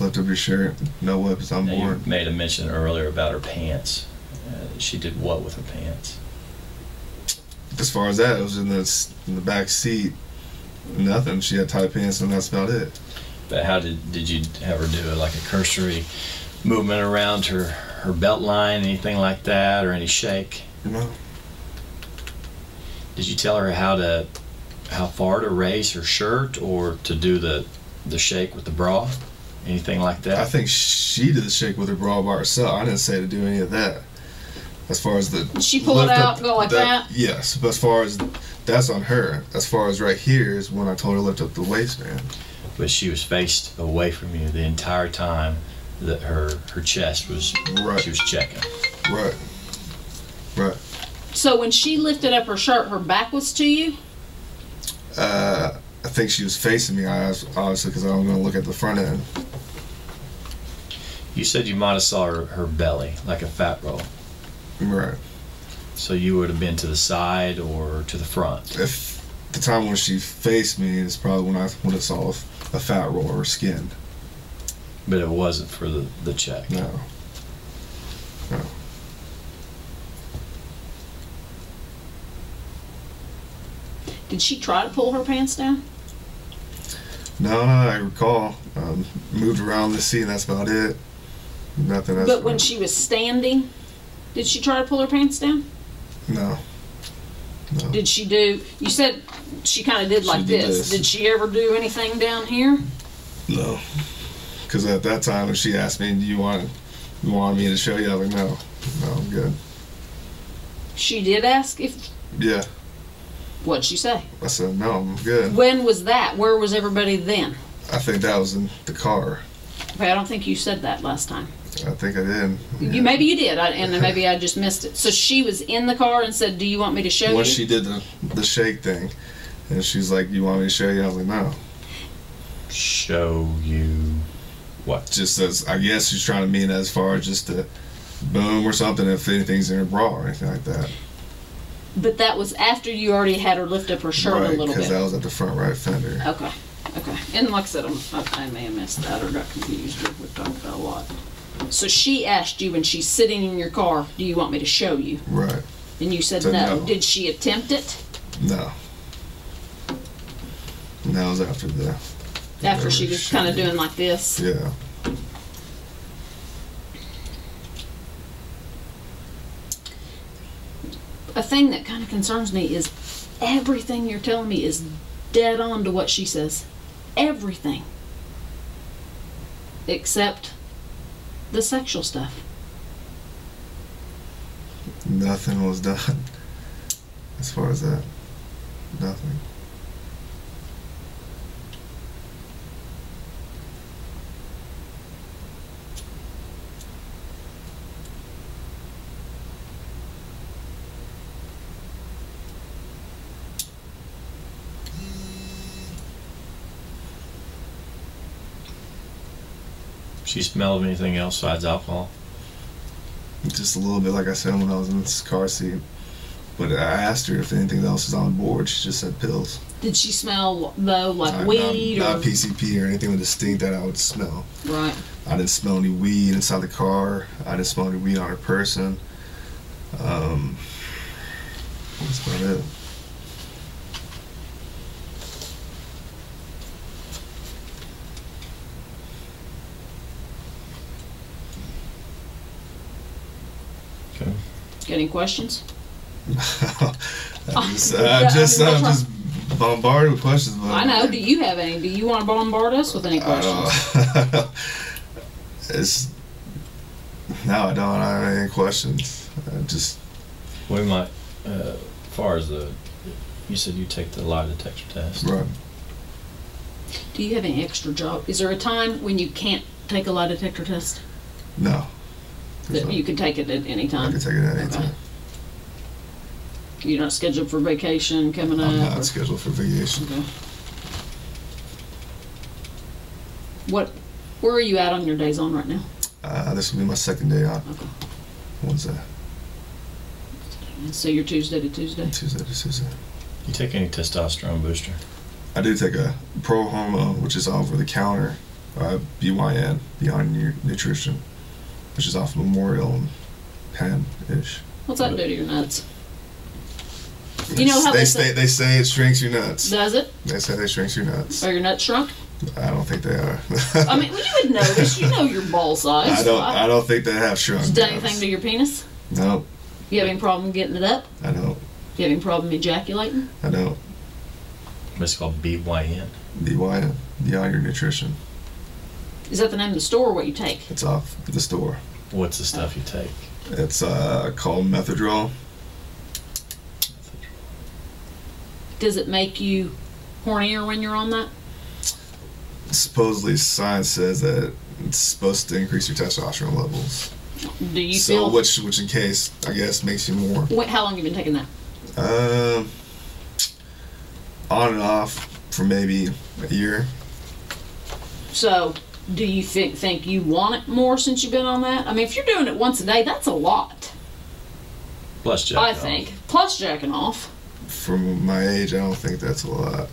lift up your shirt, no weapons on
Now, you
board.
made a mention earlier about her pants. Uh, she did what with her pants?
As far as that, it was in the, s- in the back seat. Nothing. She had tight pants, and that's about it.
But how did did you have her do it? Like a cursory movement around her her belt line, anything like that, or any shake?
No.
Did you tell her how to how far to raise her shirt or to do the the shake with the bra? Anything like that?
I think she did the shake with her bra by herself. I didn't say to do any of that. As far as the
She pull it
lift
out, go like that?
Yes, but as far as that's on her. As far as right here is when I told her to lift up the waistband.
But she was faced away from you the entire time that her her chest was
Right.
she was checking.
Right. Right.
So when she lifted up her shirt, her back was to you.
Uh, I think she was facing me, I obviously, because I'm going to look at the front end.
You said you might have saw her, her belly, like a fat roll.
Right.
So you would have been to the side or to the front.
If the time when she faced me is probably when I when I saw a, a fat roll of her skin.
But it wasn't for the, the check.
No. No.
Did she try to pull her pants down?
No, no, I recall. Um, moved around the scene, that's about it. Nothing else.
but when she was standing, did she try to pull her pants down?
No. No.
Did she do? You said she kind of did
She
like
did
this.
this.
Did she ever do anything down here?
No. Because at that time, when she asked me, do you want, you want me to show you? I was like, no. No, I'm good.
She did ask if.
Yeah.
What'd she say?
I said, no, I'm good.
When was that? Where was everybody then?
I think that was in the car.
Okay, I don't think you said that last time.
I think I did.
You maybe you did, I, and then maybe I just missed it. So she was in the car and said, "Do you want me to show
Once
you?"
she did the, the shake thing, and she's like, you want me to show you? I was like, no.
Show you what?
Just as, I guess she's trying to mean as far as just to boom or something if anything's in her bra or anything like that.
but that was after you already had her lift up her shirt a
right,
little bit.
that was at the front right fender.
Okay, okay. And like I said, I'm, I, I may have missed that or got confused. but We've talked about a lot. So she asked you when she's sitting in your car, "Do you want me to show you?"
Right.
And you said
Said
no.
no.
Did she attempt it
No. And that was after the.
after
whatever
she was kind of
did.
doing like this?
Yeah.
A thing that kind of concerns me is everything you're telling me is dead on to what she says. Everything. Except the sexual stuff.
Nothing was done. As far as that. Nothing.
She smelled of anything else besides alcohol?
Just a little bit, like I said, when I was in this car seat. But I asked her if anything else is on board. She just said pills.
Did she smell though like
Not-
weed
not,
or
not PCP or anything distinct that I would smell.
right?
I didn't smell any weed inside the car. I didn't smell any weed on her person. Um, that's about it.
Okay.
Got any questions?
I'm just,
Yeah, I mean,
I'm just,
that's
I'm
right.
just bombarded with questions. But
I know. Do you have any? Do you want to bombard us with any
Uh, I
questions?
don't know. it's no, I don't have any questions. I just
We might, uh, as far as the, you said you take the lie detector test.
right.
Do you have any extra job? Is there a time when you can't take a lie detector test?
No,
That you can take it at any
I
time.
can take it at any
Okay.
time.
You're not scheduled for vacation coming
I'm
up.
not
or-
scheduled for vacation.
Uh, Okay. What? Where are you at on your days on right now?
Uh, this will be my second day on
Okay.
Wednesday,
So you're Tuesday to Tuesday.
Tuesday, to Tuesday.
You take any testosterone booster?
I do take a pro homo, which is over the counter, uh, BYN, Beyond Nu- Nutrition, which is off Memorial and Penn ish.
What's that do to your nuts? You know how
they,
they
say,
say-
they say it shrinks your nuts.
Does it?
They say they shrinks your nuts.
Are your nuts shrunk?
I don't think they are.
I mean, well, you would notice. You know your ball size.
I don't. I don't think they have shrunk.
Has it done anything to your penis?
Nope.
You have any problem getting it up?
I don't.
You have any problem ejaculating?
I don't.
It's called BYN.
BYN. Beyond your nutrition.
Is that the name of the store? What you take?
It's off the store.
What's the stuff you take?
It's uh, called Methadrol.
Does it make you hornier when you're on that?
Supposedly, science says that it's supposed to increase your testosterone levels.
Do you
so,
feel?
which, which in case, I guess, makes you more.
Wait, how long you been taking that?
Um, on and off for maybe a year.
So, do you think think you want it more since you've been on that? I mean, if you're doing it once a day, that's a lot.
Plus, jack
I
off.
think. Plus jacking off.
From my age, I don't think that's a lot.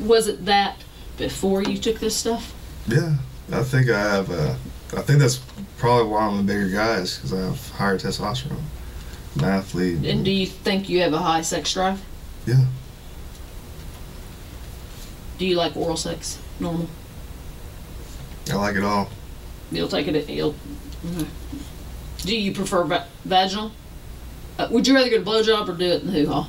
Was it that before you took this stuff?
yeah, I think I have. Uh, I think that's probably why I'm a bigger guy is because I have higher testosterone. I'm an athlete.
And do you think you have a high sex drive?
yeah,
Do you like oral sex? Normal.
I like it all.
You'll take it. You'll. okay. Do you prefer va- vaginal? Uh, would you rather get a blowjob or do it in the hoo ha?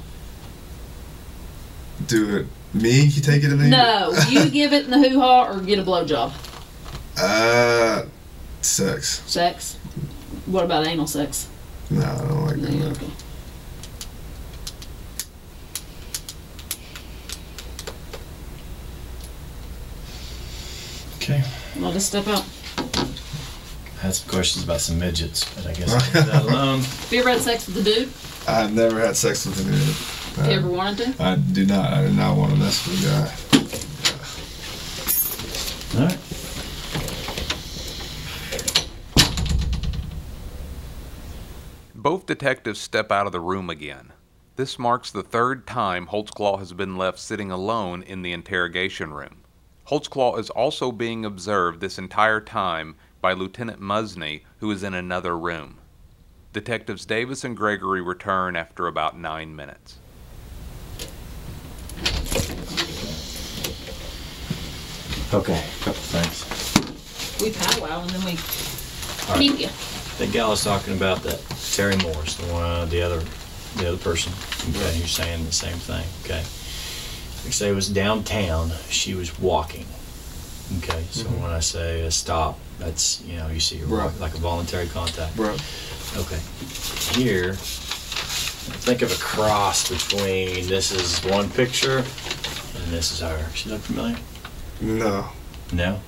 Do it. Me? You take it in me?
No, you give it in the hoo ha or get a blowjob.
Uh, sex.
Sex. What about anal sex?
No, I don't like that.
Okay.
Okay.
I'll just step out.
I had some questions about some midgets, but I guess I'll leave that alone.
Have you ever had sex with a dude?
I've never had sex with a dude.
Uh,
Have you ever wanted to?
I do not. I do not want to mess with a guy.
All right.
Both detectives step out of the room again. This marks the third time Holtzclaw has been left sitting alone in the interrogation room. Holtzclaw is also being observed this entire time by Lieutenant Musney, who is in another room. Detectives Davis and Gregory return after about nine minutes.
Okay. Couple things.
We powwow and then we
All right.
keep you.
The gal was talking about that Terry Morris, the one, uh, the other, the other person. Okay, you're saying the same thing. Okay. You say it was downtown. She was walking. Okay. So when I say a stop, that's you know you see her walk,
Mm-hmm. Right.
like a voluntary contact.
Right.
Okay. Here, think of a cross between this is one picture and this is her. She look familiar?
No.
No.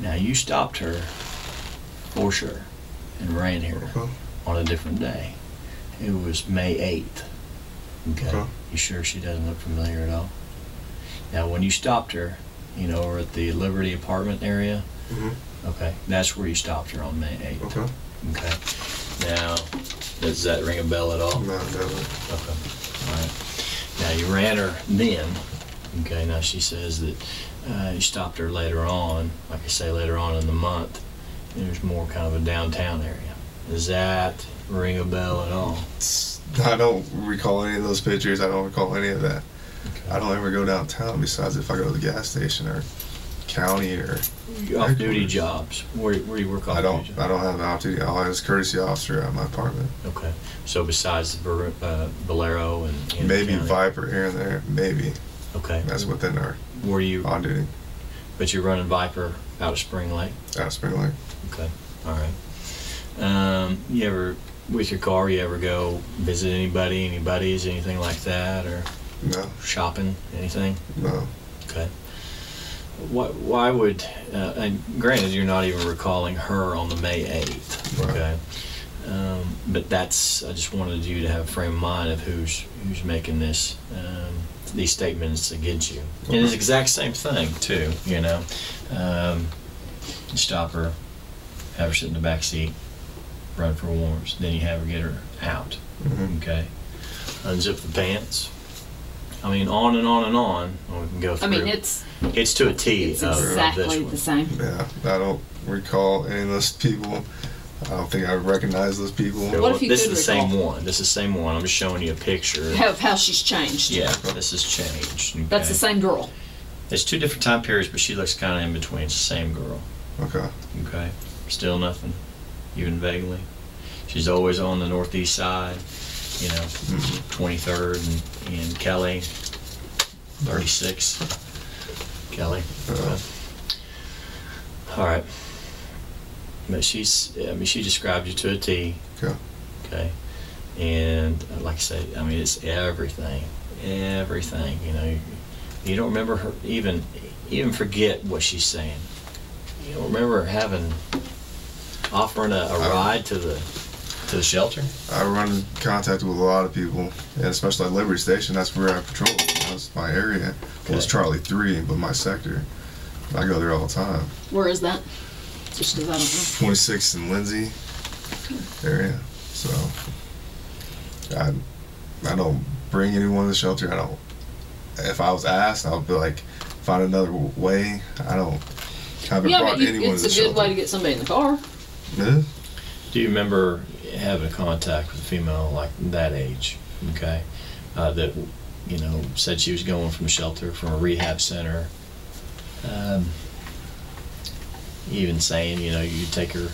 Now you stopped her for sure and ran here
Uh-huh.
on a different day. It was May 8th. Okay.
Okay.
You sure she doesn't look familiar at all? Now, when you stopped her, you know, over at the Liberty apartment area,
Mhm.
okay, that's where you stopped her on May 8th.
Okay.
Okay. Now, does that ring a bell at all?
No, it doesn't.
Okay. All right. Now you ran her then. Okay. Now she says that uh, you stopped her later on, like I say, later on in the month. and There's more kind of a downtown area. Does that ring a bell at all?
It's- I don't recall any of those pictures. I don't recall any of that. I don't ever go downtown besides if I go to the gas station or county or.
Off-duty jobs. Where, where do you work off-duty?
I don't.
jobs?
I don't have an off duty. I was courtesy officer at my apartment.
Okay. So besides the Ver- uh, Bolero and and
Maybe
County-
Viper here and there. Maybe
Okay.
that's within our
Were you?
on duty
But you're running Viper out of Spring Lake.
out of Spring Lake.
Okay, all right. Um, you ever with your car? You ever go visit anybody, any buddies, anything like that, or
No,
shopping, anything?
no.
Okay. What? Why would? Uh, and granted, you're not even recalling her on the May eighth.
Right.
Okay. Um, but that's. I just wanted you to have a frame of mind of who's who's making this um, these statements against you. And it's the exact same thing too. You know, um, you stop her, have her sit in the back seat, run for warrants. Then you have her get her out. Okay. Unzip the pants. I mean, on and on and on. We can go
I
through.
mean, it's
It's to a T.
it's
of- of this
exactly
one.
the same.
Yeah, I don't recall any of those people. I don't think I recognize those people.
Here,
What
look,
if you
this
could
is the
recall?
same one. This is the same one. I'm just showing you a picture.
How, how she's changed.
Yeah, this is changed.
That's the
okay?
same girl.
It's two different time periods, but she looks kind of in between. It's the same girl.
Okay.
Okay. Still nothing, even vaguely. She's always on the northeast side, you know, 23rd and, and Kelly, 36. Kelly. uh, All right. But she's, I mean, she described you to a T.
Okay.
Okay. And uh, like I say, I mean, it's everything, everything. You know, you, you don't remember her even, even forget what she's saying. You don't remember having offering a, a ride to the to the shelter.
I run in contact with a lot of people, and especially at Liberty Station, that's where I patrol. That's my area. Well, it's
Okay.
Charlie 3, but my sector. I go there all the time.
Where is that? Just 'cause I don't
26 in Lindsay area. So I I don't bring anyone to the shelter. I don't. If I was asked, I would be like, find another w- way. I don't.
know.
Haven't
Yeah,
brought
but you,
anyone to
it's
the
a good way
shelter.
to get somebody in the car.
Yeah.
Do you remember having contact with a female like that age? Okay, uh, that you know said she was going from a shelter, from a rehab center. Um, even saying you know you take her,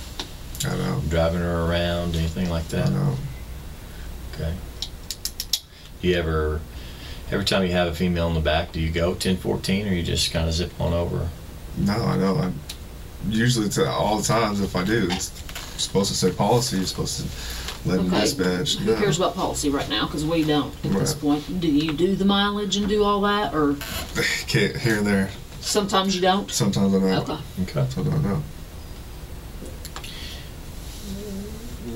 I know.
driving her around, anything like that.
I know.
Okay. Do you ever, every time you have a female in the back, do you go 10 14 or you just kind of zip on over?
No, I know. I usually to all the times if I do, it's supposed to say policy. You're supposed to let them
Okay.
dispatch.
Who
No.
cares about policy right now? Because we don't at this
Right.
point. Do you do the mileage and do all that, or
Can't here and there.
sometimes you don't?
Sometimes I know.
Okay.
Okay.
Sometimes I know.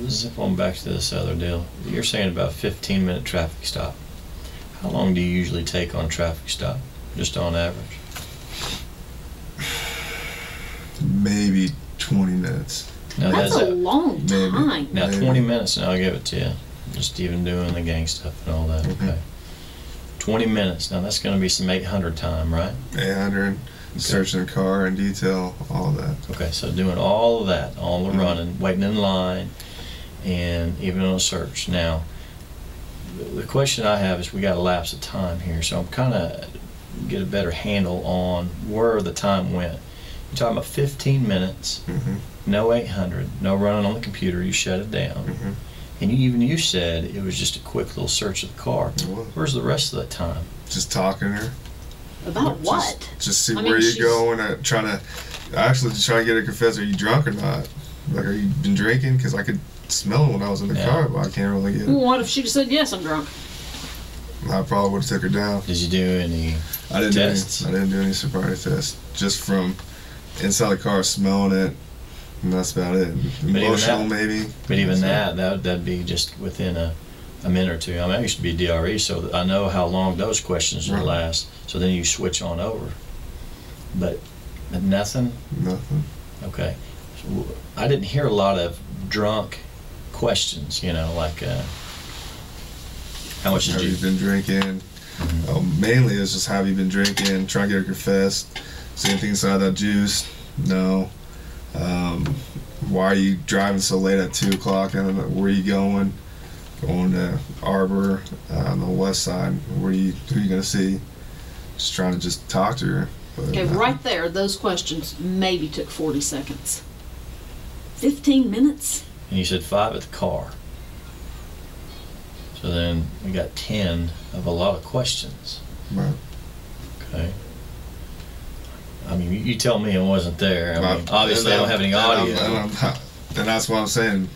Zip on back to this other deal. You're saying about 15 minute traffic stop. How long do you usually take on traffic stop? Just on average?
Maybe 20 minutes.
Now,
Oh, That's
that's
a long
Maybe.
time.
now
maybe.
20 minutes, now I'll give it to you. Just even doing the gang stuff and all that. Okay. 20 minutes. Now that's going to be some 800 time, right?
Meandering, searching the car in detail, all that.
Okay, so doing all of that, all the
Mhm.
running, waiting in line, and even on a search. Now, the- the question I have is we got a lapse of time here, so I'm kind of get a better handle on where the time went. You're talking about 15 minutes,
Mhm.
no 800, no running on the computer. You shut it down,
Mhm.
and you, even you said it was just a quick little search of the car.
It was.
Where's the rest of that time?
Just talking to her.
About what?
Just, just see
I mean,
where you
she's-
go and uh, trying to actually just trying to get her to confess are you drunk or not? Like, are you been drinking? Because I could smell it when I was in the
Yeah.
car, but I can't really get
Well,
it.
what if she just said yes? I'm drunk.
I probably would have took her down.
Did you do any?
I didn't
Tests?
do any, I didn't do any sobriety tests. Just from inside the car smelling it, and that's about it.
even
Emotional,
that-
maybe.
But even
So,
that, that that'd be just within a, a minute or two. I mean, I used to be DRE, so that I know how long those questions will
Right.
last. So then you switch on over. But, but nothing.
Nothing.
Okay. So I didn't hear a lot of drunk questions. You know, like uh, how much
Have
did
you
you? Mm-hmm.
been drinking? Um, mainly it's just have you been drinking? Try to get her confessed. Is anything inside that juice? No. Um, why are you driving so late at two o'clock? And where are you going? Going to Arbor uh, on the west side. Where you who you gonna see? Just trying to just talk to her. But,
Okay,
uh,
right there, those questions maybe took 40 seconds. 15 minutes?
And you said five at the car. So then we got ten of a lot of questions.
Right.
Okay. I mean, you- you tell me I wasn't there. I mean,
Right.
obviously, I don't
And
have any
I'm- and I'm- And,
audio.
I'm not- and that's what I'm saying.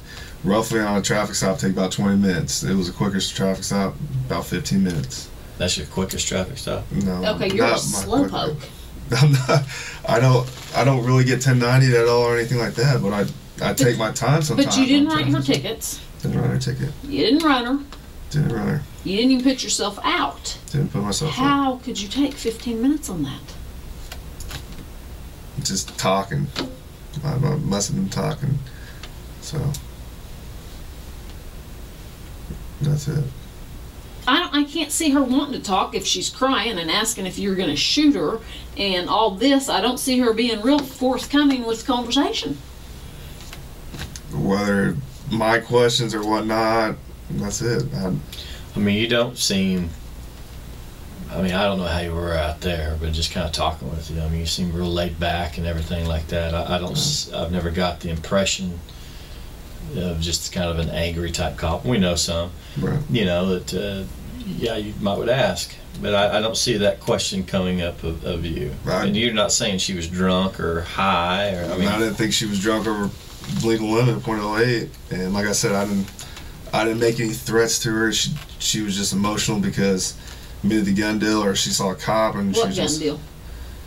Roughly on a traffic stop, take about 20 minutes. It was the quickest traffic stop, about 15 minutes.
That's your quickest traffic stop.
No.
Okay, you're a
Oh, not my quick-
slowpoke.
I'm not. I don't. I don't really get 1090 at all or anything like that. But I, I take my time sometimes.
But you didn't
on
write her
traffic.
tickets,
Didn't write her ticket.
you didn't run her,
Didn't run her.
you didn't even put yourself out.
Didn't put myself. How?
How could you take 15 minutes on that?
Just talking. I, I must have been talking. So. That's it.
I, don't, I can't see her wanting to talk if she's crying and asking if you're going to shoot her and all this. I don't see her being real forthcoming with conversation.
Whether my questions or whatnot. That's it. I,
I mean, you don't seem. I I mean, I don't know how you were out there, but just kind of talking with you. I mean, you seem real laid back and everything like that. I, I don't. s- I've never got the impression of just kind of an angry type cop. We know some,
Right.
you know, that uh, yeah, you might would ask, but I, I don't see that question coming up of, of you.
Right.
And you're not saying she was drunk or high, or I mean,
I didn't think she was drunk over bleeding lemon point oh eight. And like I said, I didn't I didn't make any threats to her. She she was just emotional because we did the gun deal or she saw a cop and she
What
was
gun
just
deal?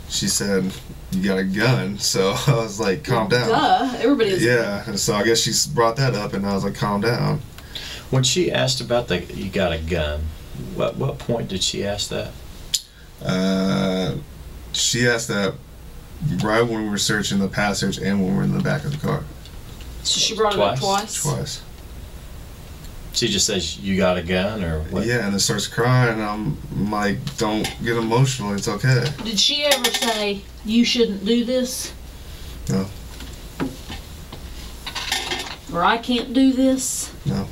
she said, You got a gun so I was like, Calm down.
Duh. Everybody is.
Yeah, and so I guess she's brought that up and I was like, Calm down.
when she asked about the you got a gun, what what point did she ask that?
Uh, she asked that right when we were searching the passage and when we were in the back of the car.
So she brought it up twice.
Twice.
She just says you got a gun or what?
Yeah, and it starts crying and I'm like, Don't get emotional, it's okay.
Did she ever say you shouldn't do this?
No.
Or I can't do this?
No.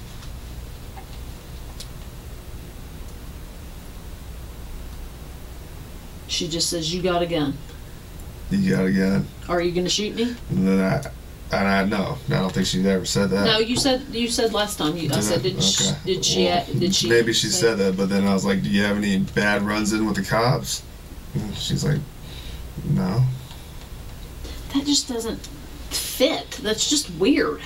She just says you got a gun.
You got a gun.
Are you gonna shoot me?
And then I, and I know. I don't think she's ever said that.
No, you said you said last time. You, I
Did
said did she,
Uh, Okay.
did she
Well,
did she
Maybe she
say-
said that, but then I was like, "Do you have any bad runs in with the cops?" And she's like, "No."
that just doesn't fit. That's just weird.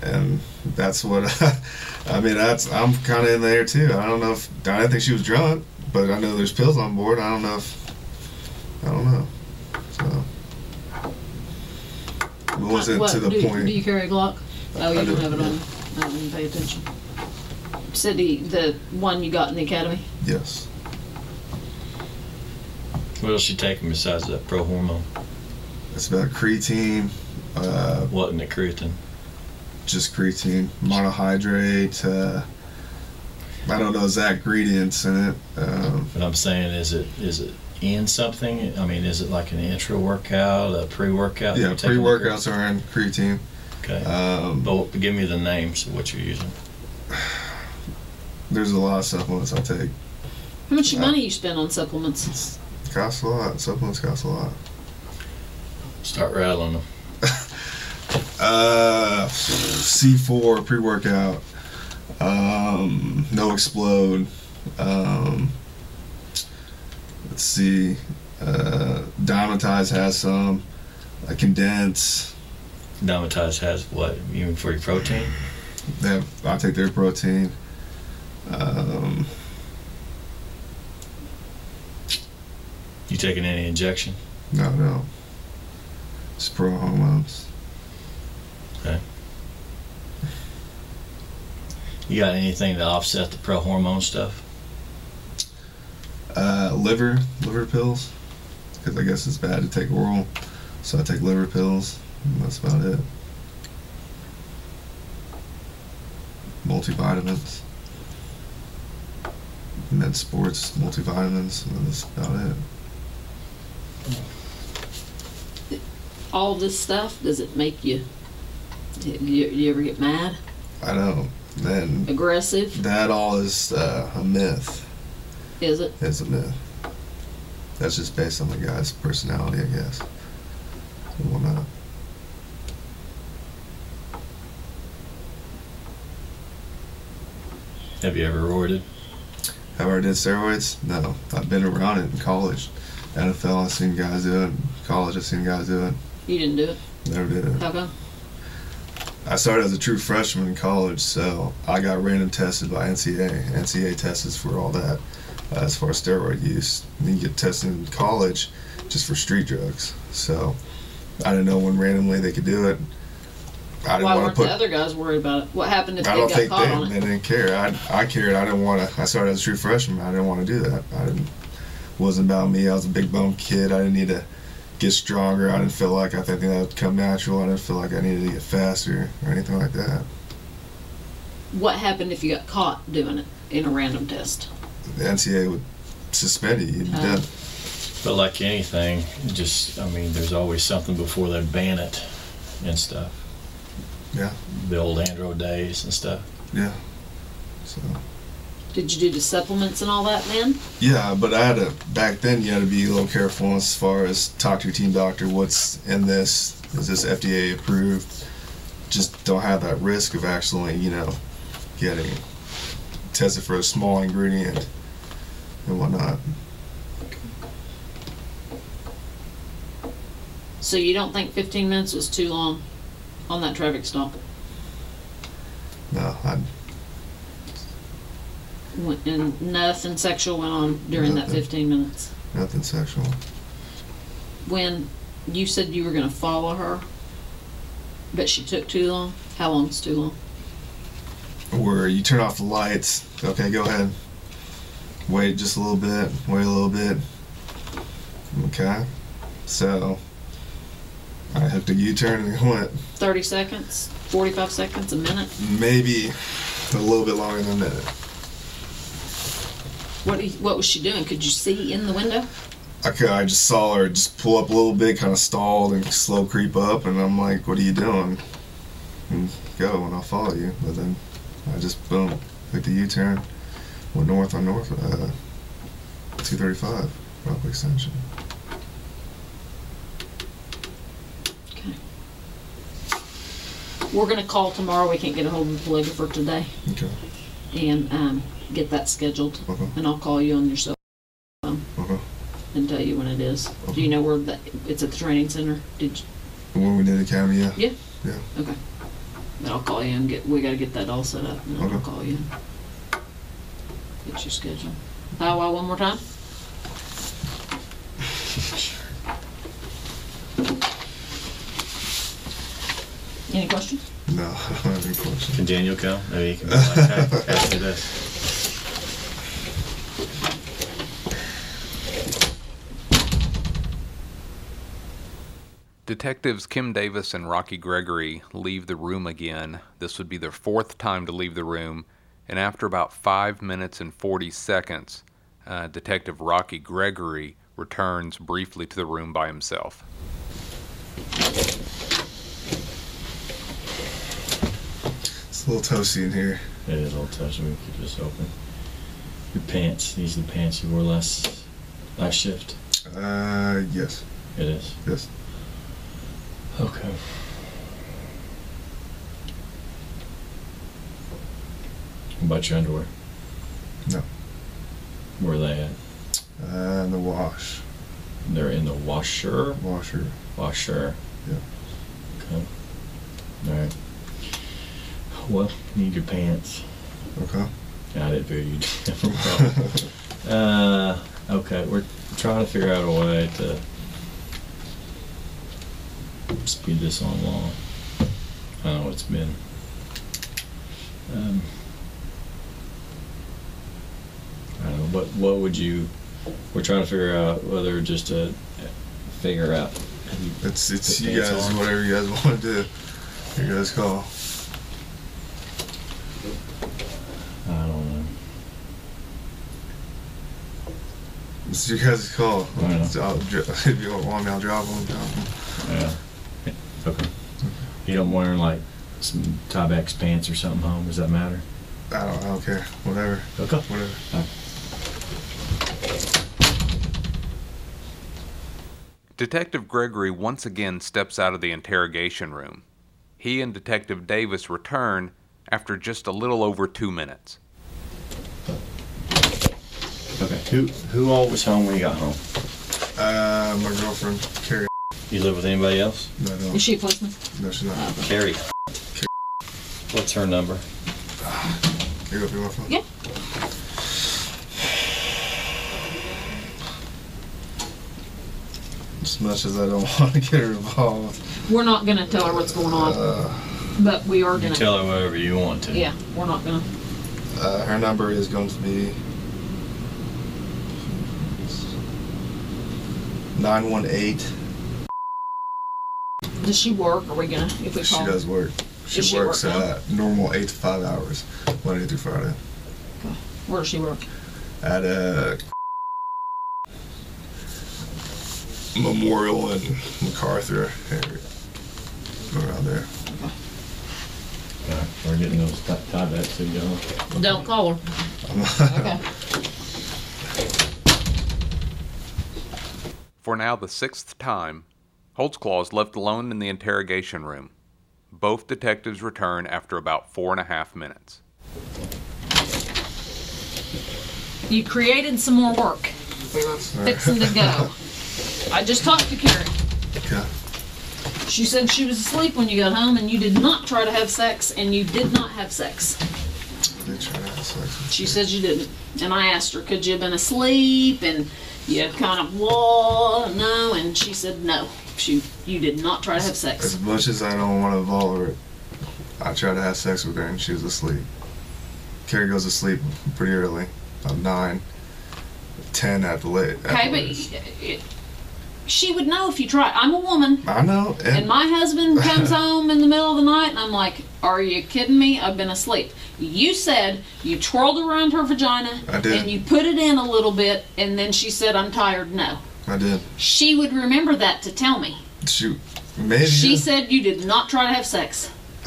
And that's what. I mean, that's I'm kind of in the air too. I don't know if I didn't think she was drunk, but I know there's pills on board. I don't know if. I don't know. So. It wasn't
What,
to the
do,
point.
Do you carry a Glock? Oh,
I
you don't
do,
have it
yeah.
on. I didn't pay attention. Said the the one you got in the academy.
yes.
What else she taking besides that pro hormone?
It's about creatine. Uh,
What in the creatine?
just creatine, monohydrate. Uh, I don't know exact ingredients in it. Um,
But I'm saying, is it is it in something? I mean, is it like an intra workout, a pre workout?
yeah, pre workouts are in creatine.
Okay.
Um,
but give me the names of what you're using.
there's a lot of supplements I take.
How much money you spend on supplements?
It costs a lot. Supplements cost a lot.
Start rattling them.
Uh, C4 pre workout. Um, no explode. Um, let's see. Uh, Diamondize has some. Uh, condense.
Dimetize has what? Even for your protein?
They have, I take their protein. Um,
You taking any injection?
No, no. It's pro hormones.
You got anything to offset the pro hormone stuff?
Uh, liver, liver pills. Because I guess it's bad to take oral. So I take liver pills. And that's about it. Multivitamins. Med sports, multivitamins. And that's about it.
All this stuff does it make you? Do you, do you ever get mad,
I don't. Then
aggressive?
that all is uh, a myth.
Is it?
It's a myth. That's just based on the guy's personality, I guess. And whatnot.
Have you ever roided?
Have I ever did steroids? No. I've been around it in college. NFL, I've seen guys do it. College, I've seen guys do it.
You didn't do it.
Never did it.
How come?
I started as a true freshman in college, so I got random tested by NCA. NCA tests for all that uh, as far as steroid use. And you get tested in college just for street drugs. So I didn't know when randomly they could do it. I didn't
Why
want
weren't
to put.
the other guys worried about it? What happened if
I
they
don't
got
think
caught
they,
on it?
they didn't care. I, I cared. I didn't want to. I started as a true freshman. I didn't want to do that. I didn't. Wasn't about me. I was a big bone kid. I didn't need to get stronger. I didn't feel like I think that would come natural. I didn't feel like I needed to get faster or anything like that.
What happened if you got caught doing it in a random test?
The NCAA would suspend you. You'd be
Oh.
done.
But like anything, it just I mean, there's always something before they ban it and stuff.
Yeah.
The old Andro days and stuff.
Yeah. So
Did you do the supplements and all that then?
Yeah, but I had to back then. You had to be a little careful as far as talk to your team doctor. What's in this? Is this FDA approved? Just don't have that risk of actually, you know, getting tested for a small ingredient and whatnot.
So you don't think 15 minutes was too long on that traffic stop?
No, I,
Went- And nothing sexual went on during that
Nothing.
15 minutes.
nothing sexual.
When you said you were going to follow her, but she took too long. How long's too long?
Where you turn off the lights. Okay, go ahead. Wait just a little bit. Wait a little bit. Okay. So I hooked a U-turn and went
30 seconds? 45 seconds? A minute?
maybe a little bit longer than a minute.
What, do you- what was she doing? Could you see in the window?
I, cou- I just saw her just pull up a little bit, kind of stalled and slow creep up, and I'm like, "What are you doing?" And go, and I'll follow you. But then I just boom, took the U-turn, went north on north, uh, 235, Rockwood Extension.
We're going to call tomorrow. We can't get a hold of the polygrapher today
Okay.
and um, get that scheduled.
Okay.
And I'll call you on your cell phone
Okay.
and tell you when it is. Do you know where the, it's at the training center? Did you?
When we did academy, yeah.
Yeah.
Yeah.
Okay. Then I'll call you and get, we gotta get that all set up, and then I'll call you. Get your schedule. How, uh, one more time? Any questions?
No, I don't have any questions.
Can Daniel come? Maybe he can be like, hey, ask me this.
Detectives Kim Davis and Rocky Gregory leave the room again. This would be their fourth time to leave the room, and after about five minutes and 40 seconds, uh, Detective Rocky Gregory returns briefly to the room by himself.
It's a little toasty in here.
It is a little touchy. We could just open. Your pants. These are the pants you wore last last shift.
Uh, yes,
It is.
yes.
Okay. What about your underwear?
No.
Where are they at?
Uh, and the wash,
They're in the washer.
washer.
Washer.
Yeah.
Okay. All right. Well, you need your pants.
Okay.
I didn't figure you'd have a problem. uh, okay, we're trying to figure out a way to speed this on along. I don't know it's been. Um, I don't know what what would you? We're trying to figure out whether just to figure out.
It's it's
Put
you
pants
guys
on.
whatever you guys want to do. You guys call.
I don't know.
It's your guys' call.
I know.
I'll dri- if you want me, I'll drop them. Drop them.
Yeah. Okay. You don't wearing like some Tyvek's pants or something home? Does that matter?
I don't, I don't care. Whatever.
Okay.
Whatever.
Detective Gregory once again steps out of the interrogation room. He and Detective Davis return after just a little over two minutes.
Okay. Who who all was home when you got home?
Uh, my girlfriend, Carrie.
You live with anybody else?
No, no,
Is she a policeman?
no, she's not.
Carrie. What's her number?
Can you go through my phone?
Yeah.
As much as I don't want to get her involved,
We're not gonna tell her what's going on, but we are
You
gonna,
tell her whatever you want to.
yeah, we're not gonna,
uh, her number is going to be nine one eight.
does she work? Are we gonna, if we
She
call?
does work. She
Does she
works
work now?
uh, normal eight to five hours, Monday through Friday.
Where does she work?
at uh, a memorial in MacArthur area, around there.
All right, We're getting those Tyvek's to go.
Don't call her.
okay.
For now, the sixth time, Holtzclaw is left alone in the interrogation room. Both detectives return after about four and a half minutes.
You created some more work. Fixing to go. I just talked to Carrie.
Okay.
She said she was asleep when you got home and you did not try to have sex and you did not have sex.
They try to have sex.
She says you didn't. And I asked her, could you have been asleep? And you kind of, whoa, no. And she said, no. She, you did not try to have sex.
As much as I don't want to involve her, I tried to have sex with her and she was asleep. Carrie goes to sleep pretty early, about nine, ten at the late. at
Okay,
the
but
latest.
it, she would know if you tried. I'm a woman.
I know. And,
And my husband comes home in the middle of the night, and I'm like, "Are you kidding me? I've been asleep." You said you twirled around her vagina,
I did.
and you put it in a little bit, and then she said, "I'm tired." No,
I did.
she would remember that to tell me.
Shoot, maybe.
She said you did not try to have sex.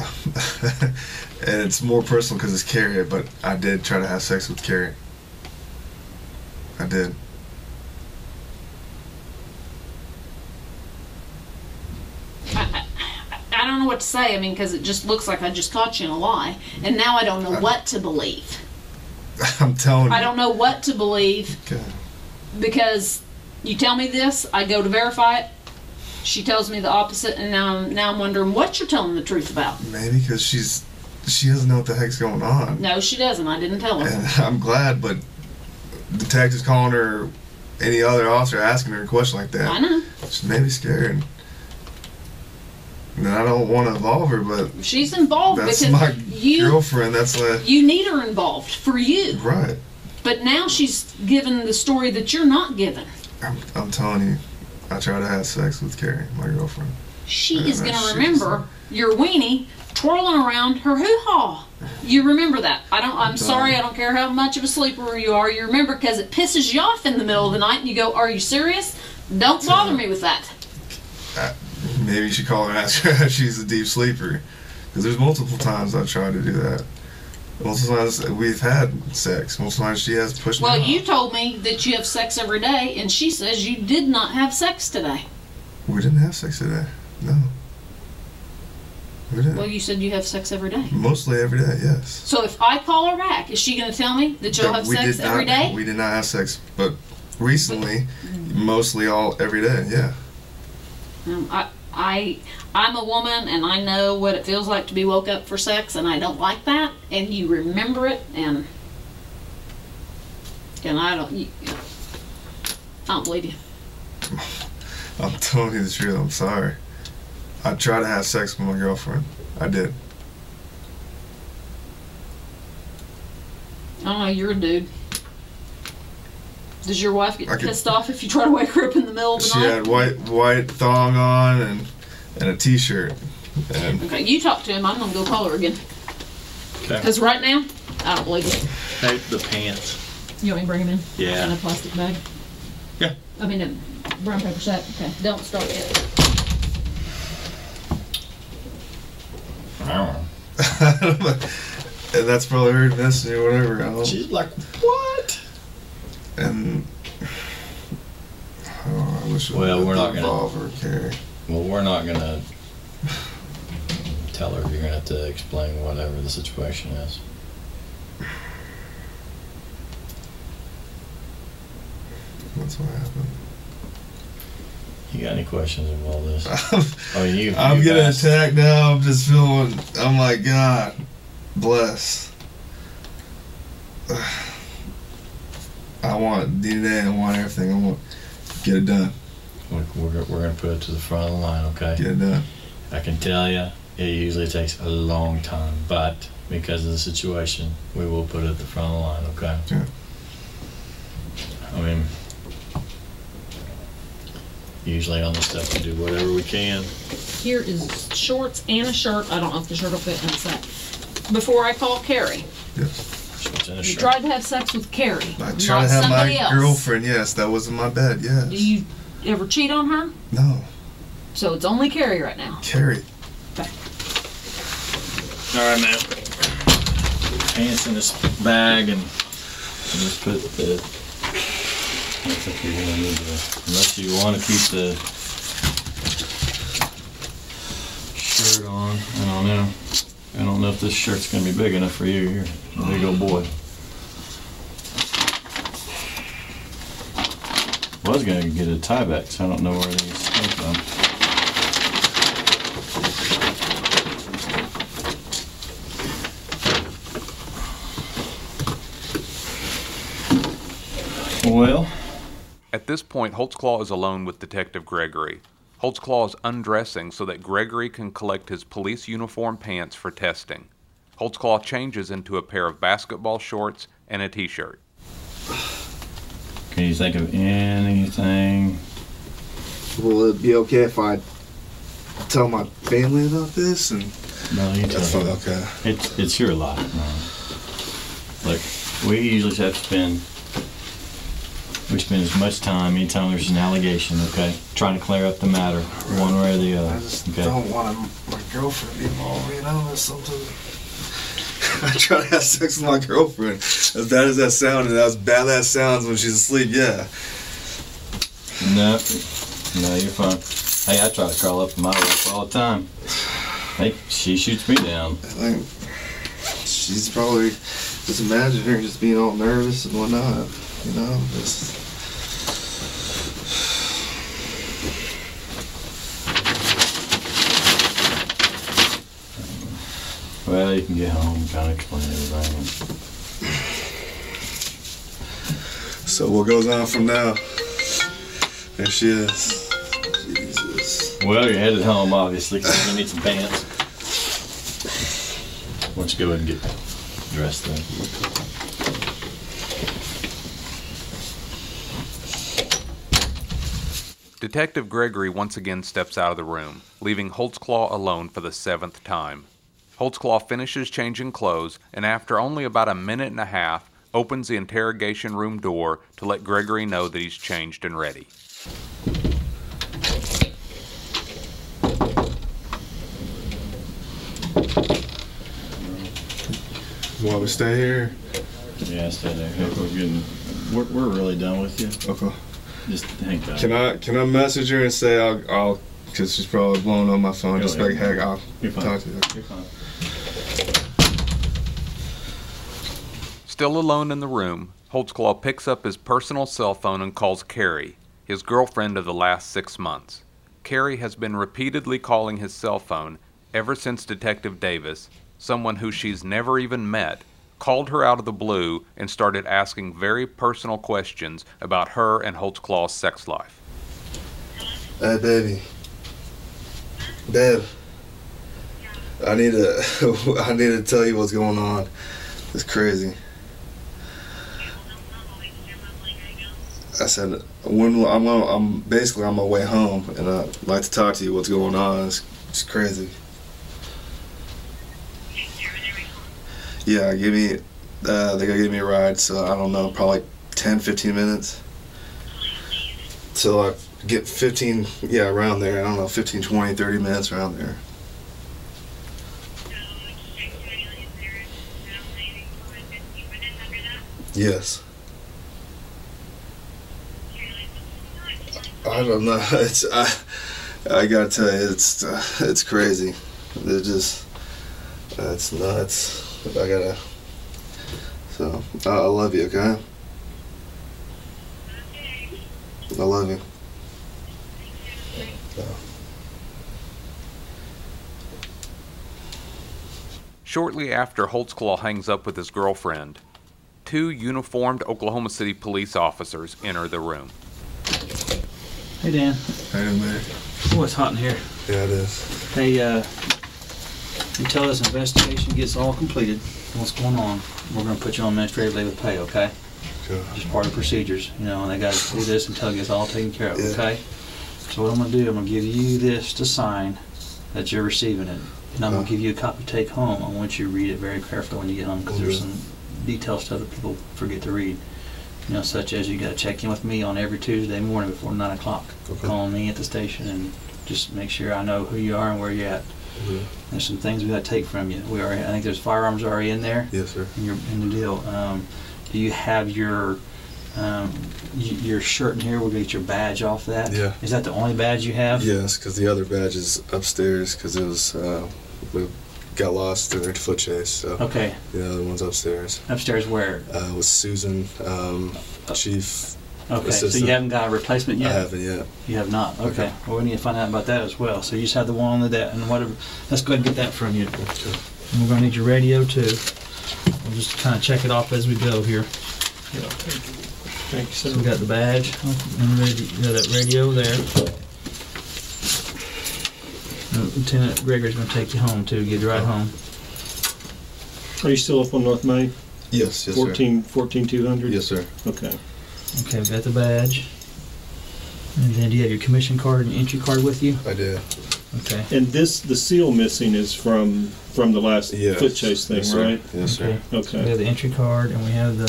and it's more personal because it's Carrie, but I did try to have sex with Carrie. I did.
I don't know what to say. I mean, because it just looks like I just caught you in a lie, and now I don't know what to believe.
I'm telling you.
I don't know what to believe
Okay.
because you tell me this, I go to verify it. She tells me the opposite, and now I'm, now I'm wondering what you're telling the truth about.
Maybe because she's she doesn't know what the heck's going on.
No, she doesn't. I didn't tell her.
And I'm glad, but detectives calling her, any other officer asking her a question like that,
I know.
she may be scared. And I don't want to involve her, but
She's involved
that's
because
my
you
girlfriend. That's like
you need her involved for you.
right.
But now she's given the story that you're not given.
I'm, I'm telling you, I tried to have sex with Carrie, my girlfriend.
She
Yeah,
is
that
going to
shit
remember your weenie twirling around her hoo-ha. You remember that. I don't. I'm sorry. I don't care how much of a sleeper you are. You remember because it pisses you off in the middle of the night, and you go, "Are you serious? Don't bother me with that."
Maybe you should call her and ask her if she's a deep sleeper. Because there's multiple times I've tried to do that. Multiple times we've had sex. Multiple times she has pushed
Well,
me. off.
you told me that you have sex every day, and she says you did not have sex today.
We didn't have sex today. No. We didn't.
Well, you said you have sex every day.
Mostly every day, yes.
So if I call her back, is she going to tell me that you'll
But
have
we
sex
did
every
not,
day? Mm-hmm.
We did not have sex, but recently, mostly all every day, yeah.
Um, I, I, I'm a woman, and I know what it feels like to be woke up for sex, and I don't like that. And you remember it, and and I don't, you, I don't believe you.
I'm telling you the truth. I'm sorry. I tried to have sex with my girlfriend. I did.
I don't know. You're a dude. Does your wife get
I could-
pissed off if you try to wake her up in the middle of the
She
night?
had white white thong on and and a t-shirt. And
Okay, you talk to him. I'm gonna go call her again.
Okay.
Because right now, I don't believe it.
Hey, the pants.
You want me to bring him in?
Yeah.
In a plastic bag?
Yeah.
I mean, a brown paper sack. Okay.
Don't start yet.
I don't know.
and that's probably her message or whatever. I don't-
She's like, what?
and oh, I wish
Well,
would
we're not gonna-
involve her, Carrie.
Well, we're not gonna tell her. You're gonna have to explain whatever the situation is.
That's what happened.
You got any questions of all this? Oh, you.
I'm
you
getting
guys-
attacked now. I'm just feeling. I'm like God, bless. I want DNA. I want everything. I want get it done.
We're, we're, go- we're gonna put it to the front of the line, okay?
Get it done.
I can tell you, it usually takes a long time, but because of the situation, we will put it at the front of the line, okay?
Sure.
I mean, usually on this stuff, we do whatever we can.
Here is shorts and a shirt. I don't know if the shirt will fit in the sack. Before I call Carrie,
Yes.
It's in a
you
shirt.
tried to have sex with Carrie,
I
not
try to have
somebody
my
else.
girlfriend. Yes, that was in my bed. Yes.
Do you ever cheat on her?
no,
So it's only Carrie right now.
Carrie.
All right, man. Pants in this bag and Just put the, I think you're gonna need to, unless you wanna keep the shirt on, I don't know. I don't know if this shirt's gonna be big enough for you here. There you go, boy. Was gonna get a tie back, so I don't know where these came from. Well,
At this point, Holtzclaw is alone with Detective Gregory. Holtzclaw is undressing so that Gregory can collect his police uniform pants for testing. Holtzclaw changes into a pair of basketball shorts and a t shirt.
can you think of anything?
Will it be okay if I tell my family about this? And
No, you
That's
tell
not
me.
okay.
It's it's your lot. man. Like we usually have to spend we spend as much time anytime there's an allegation, okay, trying to clear up the matter one way or the
I
other.
just
Okay.
don't want my girlfriend involved, you know, or something. I try to have sex with my girlfriend. As bad as that sounded, as bad that sounds when she's asleep, yeah.
No, no, you're fine. Hey, I try to crawl up to my wife all the time. Hey, she shoots me down.
I think she's probably just imagine her just being all nervous and whatnot, you know. Just,
Well, you can get home, kind of explain everything.
so what goes on from now? There she is. Jesus.
Well, you're headed home, obviously, 'cause you need some pants. Why don't you go ahead and get dressed then?
Detective Gregory once again steps out of the room, leaving Holtzclaw alone for the seventh time. Holtzclaw finishes changing clothes and, after only about a minute and a half, opens the interrogation room door to let Gregory know that he's changed and ready.
Why we stay here?
Yeah, stay there. Hey, We're getting, we're, we're really done with you.
Okay.
Just hang tight.
Can I can I message her and say I'll, I'll cause she's probably blowing on my phone.
Go
just
ahead.
like heck, I'll
You're fine.
talk to you.
You're fine.
Still alone in the room, Holtzclaw picks up his personal cell phone and calls Carrie, his girlfriend of the last six months. Carrie has been repeatedly calling his cell phone ever since Detective Davis, someone who she's never even met, called her out of the blue and started asking very personal questions about her and Holtzclaw's sex life.
Hey, baby. Babe. I need to. I need to tell you what's going on. It's crazy. I said, when I'm on, I'm basically on my way home, and I'd like to talk to you. What's going on? It's, it's crazy. Yeah, give me. Uh, they gonna give me a ride, so I don't know, probably 10, 15 minutes till I get 15 yeah around there i don't know 15 20 30 minutes around there yes i don't know it's i i gotta tell you it's uh, it's crazy they're just uh, it's nuts i gotta so I i love you okay i love you
Shortly after Holtzclaw hangs up with his girlfriend, two uniformed Oklahoma City police officers enter the room.
Hey Dan,
hey man
boy, it's hot in here.
yeah it is
Hey, uh, until this investigation gets all completed, what's going on? We're gonna put you on administrative leave of pay, okay?
Sure.
Just part of procedures, you know, and they gotta do this until it gets all taken care of,
Yeah.
okay? So what I'm gonna do, I'm gonna give you this to sign that you're receiving it, and I'm gonna give you a copy to take home. I want you to read it very carefully when you get home, because there's
Okay.
some detailed stuff that people forget to read. You know, such as you gotta check in with me on every Tuesday morning before nine o'clock.
Okay.
Call me at the station and just make sure I know who you are and where you're at. There's some things we gotta take from you. We already, I think there's firearms already in there
yes sir
in your in the deal. Um,
Do you have your um, y- your shirt in here? We're gonna get your badge off that.
Yeah.
Is that the only badge you have?
Yes, because the other badge is upstairs because it was uh, we got lost in their foot chase. So
Okay.
the other one's upstairs.
Upstairs where?
Uh, with Susan, um,
Uh,
chief.
Okay, so
assistant.
you haven't got a replacement yet?
I haven't yet.
You have not. Okay.
Okay.
Well, we need to find out about that as well. So you just have the one on the debt and whatever. Let's go ahead and get that from you. And we're going to need your radio too. We'll just kind of check it off as we go here. Thanks. So we got the badge and radio, got that radio there. Uh, Lieutenant Gregory's going to take you home too. Get you right home.
Are you still up on North Main?
Yes, yes, sir.
14, 14200?
Yes, sir.
Okay.
Okay, we got the badge. And then do you have your commission card and entry card with you?
I do.
Okay.
And this, the seal missing is from, from the last
Yes.
foot chase thing,
Yes, sir.
right?
Yes, sir.
So we have
Okay.
the entry card and we have the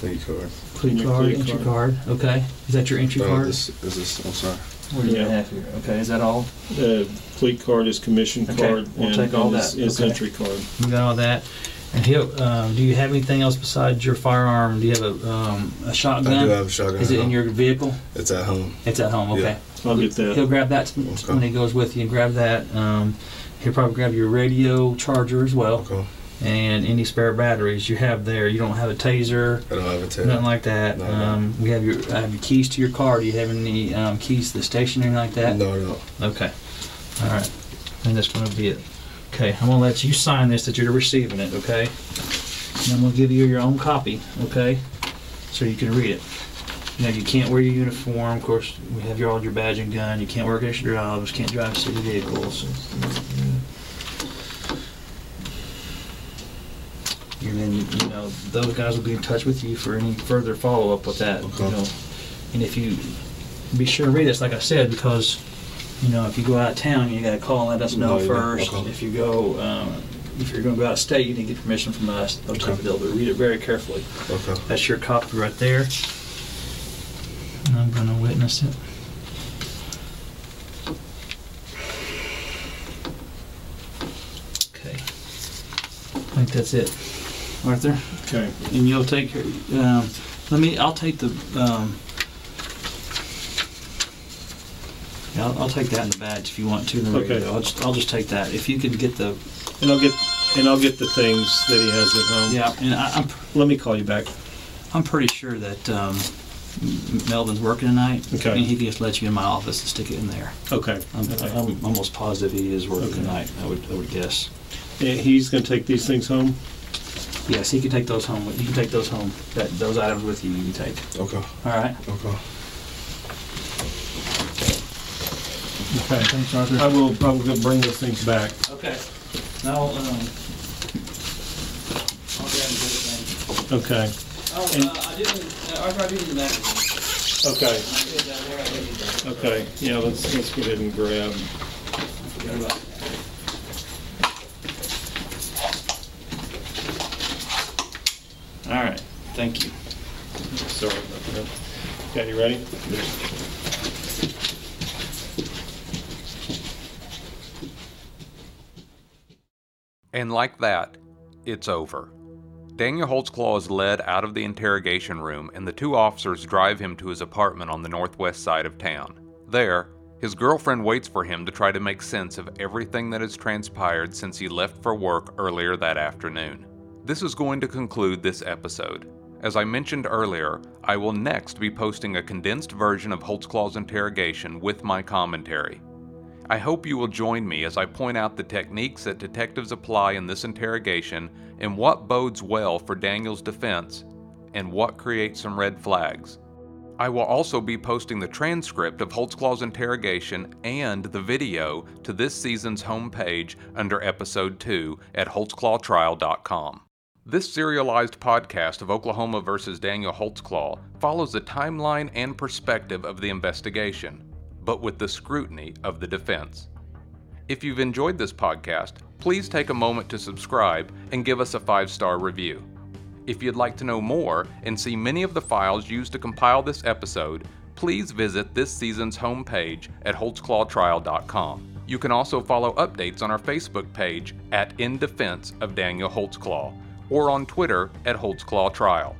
Thank you, card.
clue
Your
card,
clue card.
entry card. Okay. Is that your entry
Oh,
card?
This, is this, I'm sorry.
What do you have here? Okay, is that all?
Uh, fleet card is commission
Okay,
card.
we'll
and-
take all
and his-
that.
His
Okay.
entry card.
We got all that. And he'll, um, do you have anything else besides your firearm? Do you have a, um, a shotgun?
I do have a shotgun.
Is
at
it in
home.
your vehicle?
It's at home.
It's at home,
Yeah.
okay.
I'll get that.
He'll grab that when he goes with you and grab that. Um, he'll probably grab your radio charger as well.
Okay.
And any spare batteries you have there. You don't have a taser.
I don't have a taser.
Nothing like that.
No, no.
um, We have your I have your keys to your car. Do you have any um, keys to the station or anything like that?
No, no.
Okay. All right. And that's going to be it. Okay. I'm going to let you sign this that you're receiving it, okay? And I'm going to give you your own copy, okay? So you can read it. Now, you can't wear your uniform. Of course, we have your, all your badge and gun. You can't work extra jobs. Can't drive city vehicles. And then, you know, those guys will be in touch with you for any further follow up with that. You know. And if you be sure to read this, like I said, because, you know, if you go out of town, you got to call and let us know
No, yeah,
first.
okay.
If you go, um, if you're going to go out of state, you need to get permission from us. Those type of deal. But read it very carefully.
Okay.
That's your copy right there. And I'm going to witness it. Okay. I think that's it, Arthur.
Okay.
And you'll take, um, let me, I'll take the, um, yeah, I'll, I'll take that in the badge if you want to. then we-
Okay.
I'll just, I'll just take that. If you can get the,
And I'll get, and I'll get the things that he has at home.
yeah, and I, I'm,
Let me call you back.
I'm pretty sure that, um, M- Melvin's working tonight.
Okay.
And he can just let you in my office and stick it in there.
Okay.
I'm,
Okay.
I'm almost positive he is working
Okay.
tonight, I would, I would guess.
And he's gonna take these things home?
Yes, he can take those home, with- you can take those home, that, those items with you, you can take.
Okay.
All right?
Okay.
Okay, thanks, Arthur. I will, I will bring those things back.
Okay. Now, um, I'll grab a good thing.
Okay.
Oh, uh, I didn't, uh, Arthur, I didn't imagine.
Okay.
uh, Okay.
Okay, yeah, let's, let's go ahead and grab.
All right, thank you.
Sorry about that. Okay, you ready?
And like that, it's over. Daniel Holtzclaw is led out of the interrogation room, and the two officers drive him to his apartment on the northwest side of town. There, his girlfriend waits for him to try to make sense of everything that has transpired since he left for work earlier that afternoon. This is going to conclude this episode. As I mentioned earlier, I will next be posting a condensed version of Holtzclaw's interrogation with my commentary. I hope you will join me as I point out the techniques that detectives apply in this interrogation and what bodes well for Daniel's defense and what creates some red flags. I will also be posting the transcript of Holtzclaw's interrogation and the video to this season's homepage under episode 2 at holtzclawtrial.com. This serialized podcast of Oklahoma versus Daniel Holtzclaw follows the timeline and perspective of the investigation, but with the scrutiny of the defense. If you've enjoyed this podcast, please take a moment to subscribe and give us a five star review. If you'd like to know more and see many of the files used to compile this episode, please visit this season's homepage at holtzclawtrial.com. You can also follow updates on our Facebook page at In Defense of Daniel Holtzclaw, or on Twitter at Holtzclaw Trial.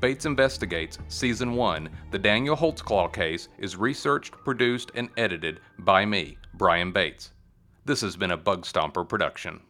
Bates Investigates Season 1, The Daniel Holtzclaw Case, is researched, produced, and edited by me, Brian Bates. This has been a Bug Stomper production.